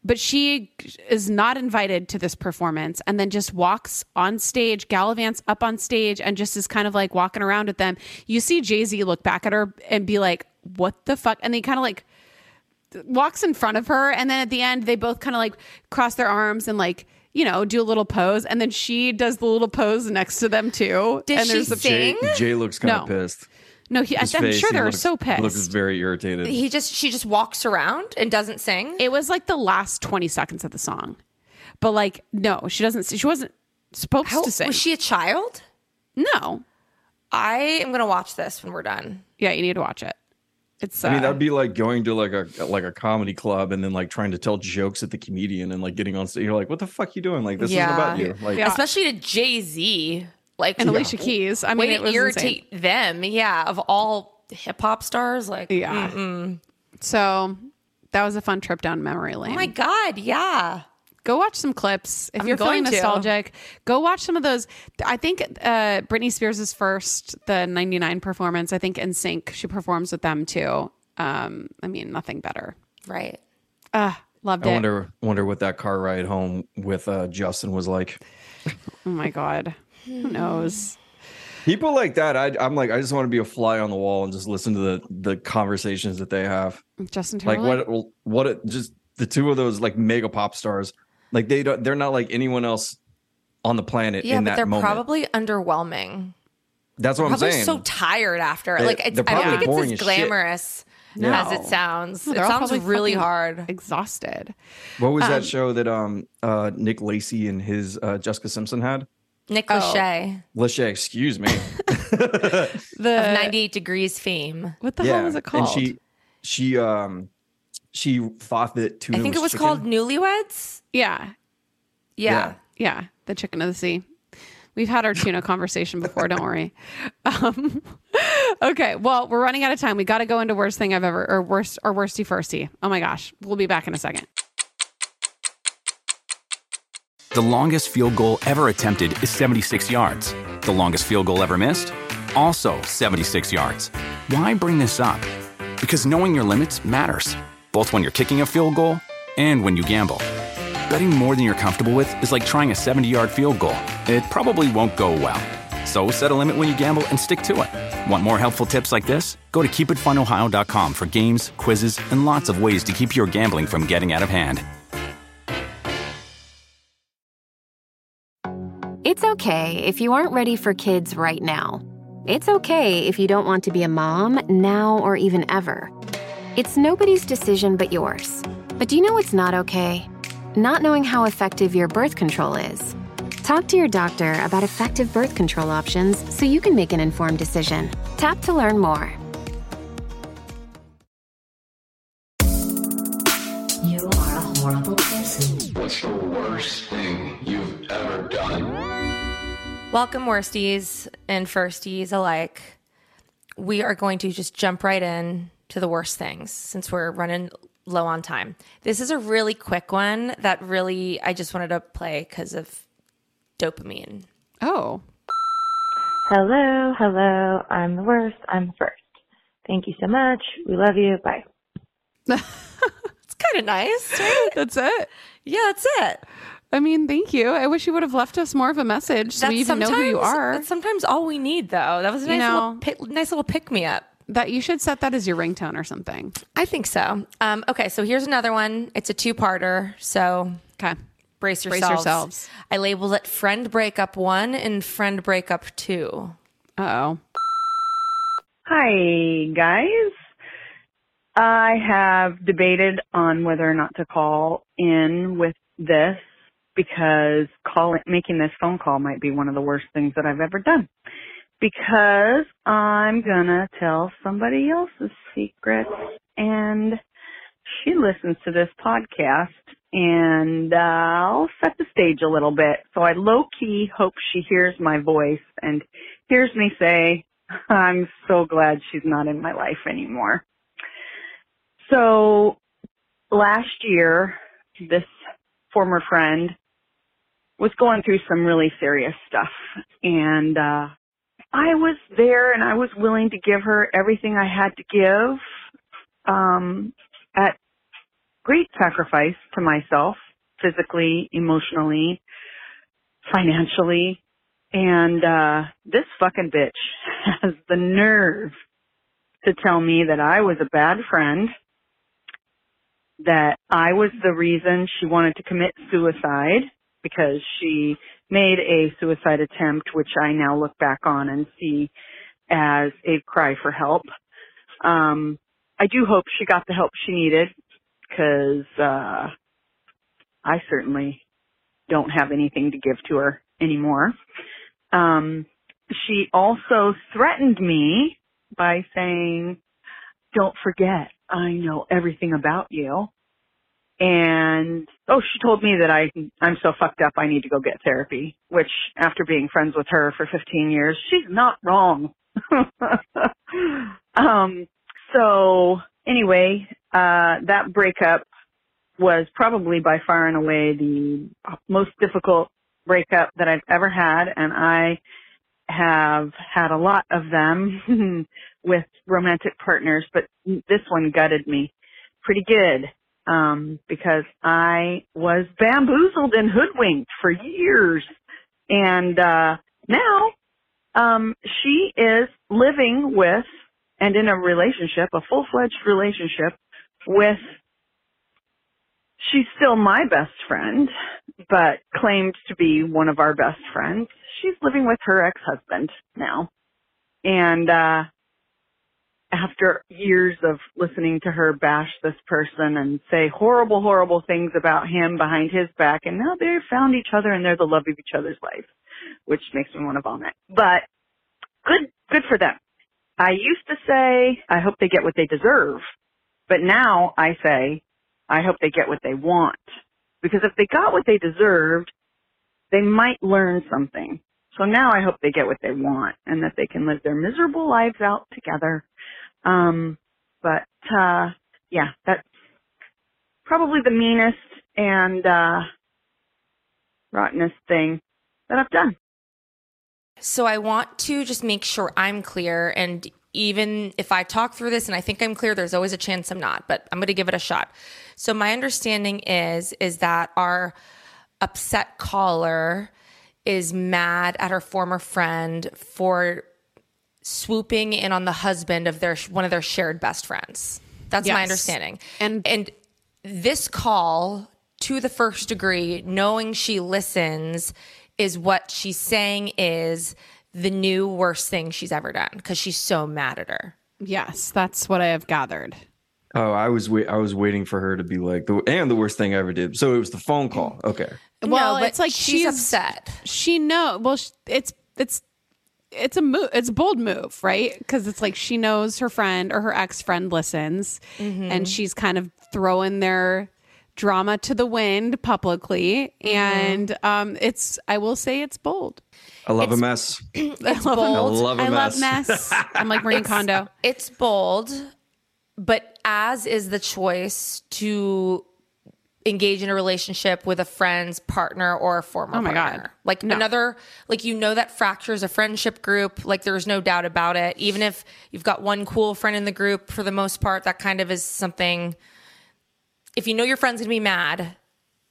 Speaker 1: but she is not invited to this performance, and then just walks on stage, gallivants up on stage, and just is kind of like walking around with them. You see Jay Z look back at her and be like, "What the fuck?" And they kind of like walks in front of her, and then at the end, they both kind of like cross their arms and like. You know, do a little pose, and then she does the little pose next to them too.
Speaker 3: Did
Speaker 1: and
Speaker 3: she
Speaker 1: the-
Speaker 3: sing?
Speaker 2: It. Jay looks kind
Speaker 1: No.
Speaker 2: of pissed.
Speaker 1: no, he, I'm
Speaker 2: His face,
Speaker 1: sure
Speaker 2: he
Speaker 1: they were
Speaker 2: looks-
Speaker 1: so pissed.
Speaker 2: Looks very irritated.
Speaker 3: He just she just walks around and doesn't sing.
Speaker 1: it was like the last 20 seconds of the song but like no she doesn't she wasn't supposed
Speaker 3: How,
Speaker 1: to sing
Speaker 3: was she a child?
Speaker 1: no
Speaker 3: I am gonna watch this when we're done.
Speaker 1: yeah you need to watch it it's uh,
Speaker 2: I mean, that'd be like going to like a like a comedy club and then like trying to tell jokes at the comedian and like getting on stage. You're like, what the fuck you doing? Like this
Speaker 3: Yeah.
Speaker 2: isn't about you. Like
Speaker 1: Yeah.
Speaker 3: especially to Jay Z, like
Speaker 1: and alicia keys i mean
Speaker 3: way
Speaker 1: it was
Speaker 3: to irritate them. Yeah, of all hip hop stars, like
Speaker 1: insane. yeah so that was a fun trip down memory lane
Speaker 3: oh my god, yeah.
Speaker 1: go watch some clips if
Speaker 3: I'm
Speaker 1: you're feeling
Speaker 3: going to.
Speaker 1: nostalgic go watch some of those i think uh britney spears' first the 99 performance i think in sync she performs with them too um i mean nothing better
Speaker 3: Right.
Speaker 1: loved
Speaker 2: I
Speaker 1: it
Speaker 2: wonder wonder what that car ride home with uh, Justin was like.
Speaker 1: oh my god
Speaker 3: Hmm.
Speaker 1: who knows
Speaker 2: People like that, I, I'm like, I just want to be a fly on the wall and just listen to the the conversations that they have.
Speaker 1: Justin
Speaker 2: Like
Speaker 1: Timberlake.
Speaker 2: what what it, just the two of those like mega pop stars. Like they don't, they're not like anyone else on the planet
Speaker 3: Yeah,
Speaker 2: in
Speaker 3: but
Speaker 2: that
Speaker 3: they're
Speaker 2: moment.
Speaker 3: probably underwhelming.
Speaker 2: That's what
Speaker 3: Probably
Speaker 2: I'm saying.
Speaker 3: so tired after.
Speaker 2: They-
Speaker 3: like, it's,
Speaker 2: they're
Speaker 3: I don't
Speaker 2: probably
Speaker 3: think
Speaker 2: boring
Speaker 3: it's
Speaker 2: as
Speaker 3: as
Speaker 2: shit.
Speaker 3: glamorous
Speaker 2: No.
Speaker 3: as it sounds.
Speaker 1: No,
Speaker 3: it
Speaker 1: they're all
Speaker 3: sounds
Speaker 1: probably
Speaker 3: really
Speaker 1: fucking
Speaker 3: hard.
Speaker 1: Exhausted.
Speaker 2: what was that show that um uh Nick Lacey and his uh Jessica Simpson had?
Speaker 3: Nick Lachey
Speaker 2: Lachey, excuse me.
Speaker 1: The
Speaker 3: of 98 Degrees fame.
Speaker 1: what the hell is it
Speaker 2: And
Speaker 1: called?
Speaker 2: she she um she thought that tuna
Speaker 3: I think it was
Speaker 2: chicken.
Speaker 3: called Newlyweds.
Speaker 1: yeah,
Speaker 3: Yeah.
Speaker 2: Yeah.
Speaker 1: yeah, the chicken of the sea. We've had our tuna conversation before. Don't worry. Um, okay, well, we're running out of time. We got to go into worst thing I've ever, or worst, or worsty firsty. Oh my gosh, we'll be back in a second.
Speaker 8: The longest field goal ever attempted is 76 yards. The longest field goal ever missed? Also 76 yards. Why bring this up? Because knowing your limits matters, both when you're kicking a field goal and when you gamble. Betting more than you're comfortable with is like trying a 70 yard field goal. It probably won't go well. So set a limit when you gamble and stick to it. Want more helpful tips like this? Go to keepitfunohio.com for games, quizzes, and lots of ways to keep your gambling from getting out of hand.
Speaker 9: It's okay if you aren't ready for kids right now. It's okay if you don't want to be a mom now or even ever. It's nobody's decision but yours. But do you know what's not okay? Not knowing how effective your birth control is. Talk to your doctor about effective birth control options so you can make an informed decision. Tap to learn more.
Speaker 10: You are a horrible person.
Speaker 6: What's the worst thing you've ever done?
Speaker 3: Welcome, worsties and firsties alike. We are going to just jump right in to the worst things since we're running low on time. This is a really quick one that really I just wanted to play because of dopamine.
Speaker 1: Oh,
Speaker 10: Hello, hello. I'm the worst. I'm the first. Thank you so much. We love you. Bye.
Speaker 3: It's kind of nice, right?
Speaker 1: that's it.
Speaker 3: yeah, that's it.
Speaker 1: I mean, thank you. I wish you would have left us more of a message so
Speaker 3: That's
Speaker 1: we even know who you
Speaker 3: sometimes-
Speaker 1: are.
Speaker 3: That's sometimes all we need, though. That was a
Speaker 1: You
Speaker 3: nice
Speaker 1: know.
Speaker 3: little pick, nice little pick me up.
Speaker 1: That you should set that as your ringtone or something.
Speaker 3: I think so. Um, okay, so here's another one. It's a two parter, so
Speaker 1: Okay. Brace
Speaker 3: brace yourselves.
Speaker 1: yourselves.
Speaker 3: I labeled it friend breakup one and friend breakup two.
Speaker 1: Uh oh.
Speaker 10: Hi, guys. I have debated on whether or not to call in with this because calling, making this phone call might be one of the worst things that I've ever done. Because I'm gonna tell somebody else's secrets and she listens to this podcast and uh, I'll set the stage a little bit. So I low key hope she hears my voice and hears me say, I'm so glad she's not in my life anymore. So last year, this former friend was going through some really serious stuff and, uh, I was there and I was willing to give her everything I had to give, um, at great sacrifice to myself, physically, emotionally, financially, and uh, this fucking bitch has the nerve to tell me that I was a bad friend, that I was the reason she wanted to commit suicide because she made a suicide attempt, which I now look back on and see as a cry for help. Um, I do hope she got the help she needed because uh, I certainly don't have anything to give to her anymore. Um, she also threatened me by saying, Don't forget, I know everything about you. And oh, she told me that I I'm so fucked up I need to go get therapy, which after being friends with her for 15 years, she's not wrong. um so anyway, uh, that breakup was probably by far and away the most difficult breakup that I've ever had, and I have had a lot of them with romantic partners, but this one gutted me pretty good um, because I was bamboozled and hoodwinked for years, and uh, now um, she is living with and in a relationship, a full fledged relationship with she's still my best friend, but claimed to be one of our best friends. She's living with her ex husband now. And uh, after years of listening to her bash this person and say horrible, horrible things about him behind his back, and now they've found each other and they're the love of each other's life, which makes me want to vomit. But good, good for them. I used to say, I hope they get what they deserve. But now I say, I hope they get what they want. Because if they got what they deserved, they might learn something. So now I hope they get what they want and that they can live their miserable lives out together. Um, but, uh, yeah, that's probably the meanest and, uh, rottenest thing that I've done.
Speaker 3: So I want to just make sure I'm clear. And even if I talk through this and I think I'm clear, there's always a chance I'm not, but I'm going to give it a shot. So my understanding is, is that our upset caller is mad at her former friend for swooping in on the husband of their one of their shared best friends. That's my
Speaker 1: Yes.
Speaker 3: understanding.
Speaker 1: And-
Speaker 3: and this call to the first degree, knowing she listens, is what she's saying is the new worst thing she's ever done because she's so mad at her.
Speaker 1: Yes, that's what I have gathered.
Speaker 2: Oh, I was wait, I was waiting for her to be like the and the worst thing I ever did. So it was the phone call. Okay.
Speaker 1: Well,
Speaker 3: no, but
Speaker 1: it's like
Speaker 3: she's,
Speaker 1: she's-
Speaker 3: upset.
Speaker 1: She know. Well, sh- it's it's it's a move. It's a bold move, right? Because it's like she knows her friend or her ex friend listens, and she's kind of throwing their drama to the wind publicly. And um, it's I will say it's bold.
Speaker 2: I love a mess.
Speaker 1: I love
Speaker 3: bold.
Speaker 2: I love a
Speaker 1: I love
Speaker 2: mess.
Speaker 1: mess. I'm like Marie Kondo.
Speaker 3: It's bold, but as is the choice to engage in a relationship with a friend's partner or a former
Speaker 1: Oh my God.
Speaker 3: partner. Like
Speaker 1: No.
Speaker 3: another like you know that fractures a friendship group, like there's no doubt about it. Even if you've got one cool friend in the group for the most part, that kind of is something if you know your friend's going to be mad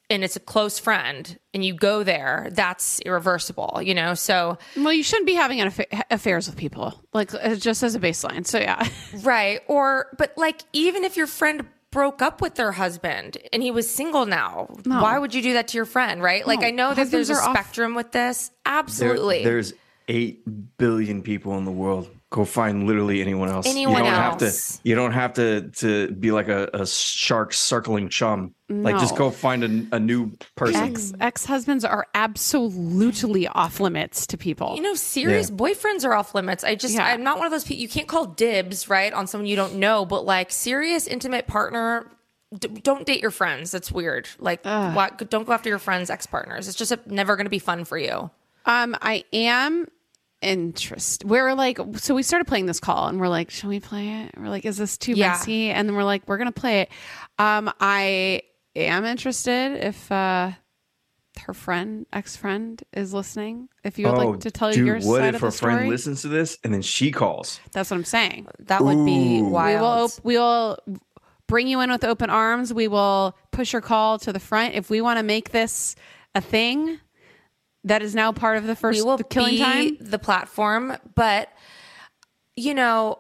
Speaker 3: and it's a close friend and you go there, that's irreversible, you know? So
Speaker 1: Well, you shouldn't be having an affa- affairs with people, like uh, just as a baseline. So yeah,
Speaker 3: Right. Or, but like, even if your friend broke up with their husband and he was single now, why would you do that to your friend? Right. Like,
Speaker 1: No,
Speaker 3: I know that there's
Speaker 1: husbands
Speaker 3: a
Speaker 1: are off-
Speaker 3: spectrum with this.
Speaker 2: There-
Speaker 3: Absolutely.
Speaker 2: there's eight billion people in the world. Go find literally anyone else. you
Speaker 3: Anyone
Speaker 2: don't
Speaker 3: else.
Speaker 2: Have to, you don't have to to be like a, a shark circling chum. Like just
Speaker 1: No.
Speaker 2: go find a, a new person.
Speaker 1: ex ex husbands are absolutely off limits to people.
Speaker 3: you know, serious
Speaker 2: Yeah.
Speaker 3: boyfriends are off limits. I just,
Speaker 1: Yeah.
Speaker 3: I'm not one of those people. You can't call dibs, right, on someone you don't know, but like, serious intimate partner, d- don't date your friends. That's weird. Like, why, don't go after your friends' ex partners. It's just a, never going to be fun for you.
Speaker 1: Um, I am interested. We're like, so we started playing this call, and we're like, shall we play it? We're like, is this too
Speaker 3: Yeah.
Speaker 1: messy? And then we're like, we're gonna play it. Um, I am interested if uh, her friend, ex friend, is listening. If you would like to tell
Speaker 2: Oh, dude,
Speaker 1: your
Speaker 2: what
Speaker 1: side
Speaker 2: if
Speaker 1: of
Speaker 2: her
Speaker 1: the
Speaker 2: friend
Speaker 1: story,
Speaker 2: listens to this and then she calls?
Speaker 1: that's what I'm saying.
Speaker 3: That would be
Speaker 1: We will,
Speaker 3: wild.
Speaker 1: op- we will bring you in with open arms. We will push your call to the front if we want to make this a thing. That is now part of the first
Speaker 3: we will
Speaker 1: the killing
Speaker 3: be
Speaker 1: time.
Speaker 3: the platform but you know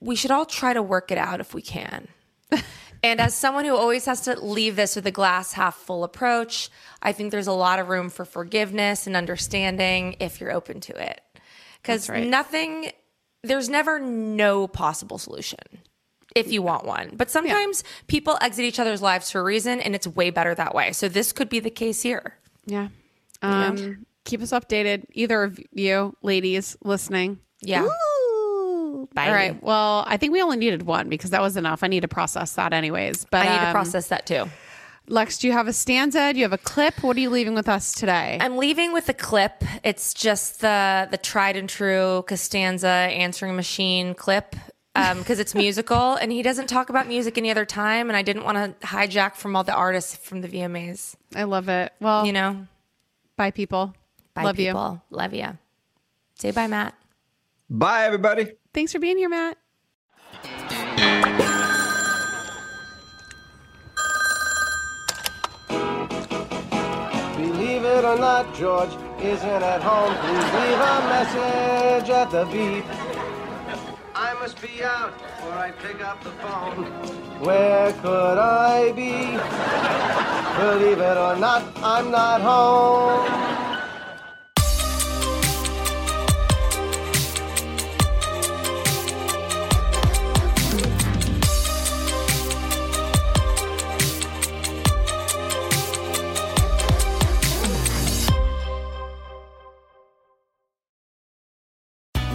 Speaker 3: we should all try to work it out if we can and as someone who always has to leave this with a glass half full approach i think there's a lot of room for forgiveness and understanding if you're open to it because nothing there's never no possible solution if you want one but sometimes people exit each other's lives for a reason and it's way better that way so this could be the case here
Speaker 1: Yeah. Um, Keep us updated, either of you ladies listening.
Speaker 3: yeah bye
Speaker 1: All right. Well, I think we only needed one because that was enough. I need to process that, anyways. But
Speaker 3: I need to
Speaker 1: um,
Speaker 3: process that too.
Speaker 1: Lex, do you have a stanza? Do you have a clip? What are you leaving with us today?
Speaker 3: I'm leaving with a clip. It's just the the tried and true Costanza answering machine clip because it's musical and he doesn't talk about music any other time. And I didn't want to hijack from all the artists from the VMAs.
Speaker 1: I love it. Well,
Speaker 3: You know,
Speaker 1: bye, people.
Speaker 3: bye
Speaker 1: love you.
Speaker 3: people. Love you. Say bye, Matt.
Speaker 2: Bye everybody.
Speaker 1: Thanks for being here, Matt.
Speaker 5: Believe it or not, George isn't at home. Please leave a message at the beep. I must be out before I pick up the phone. Where could I be? Believe it or not, I'm not home.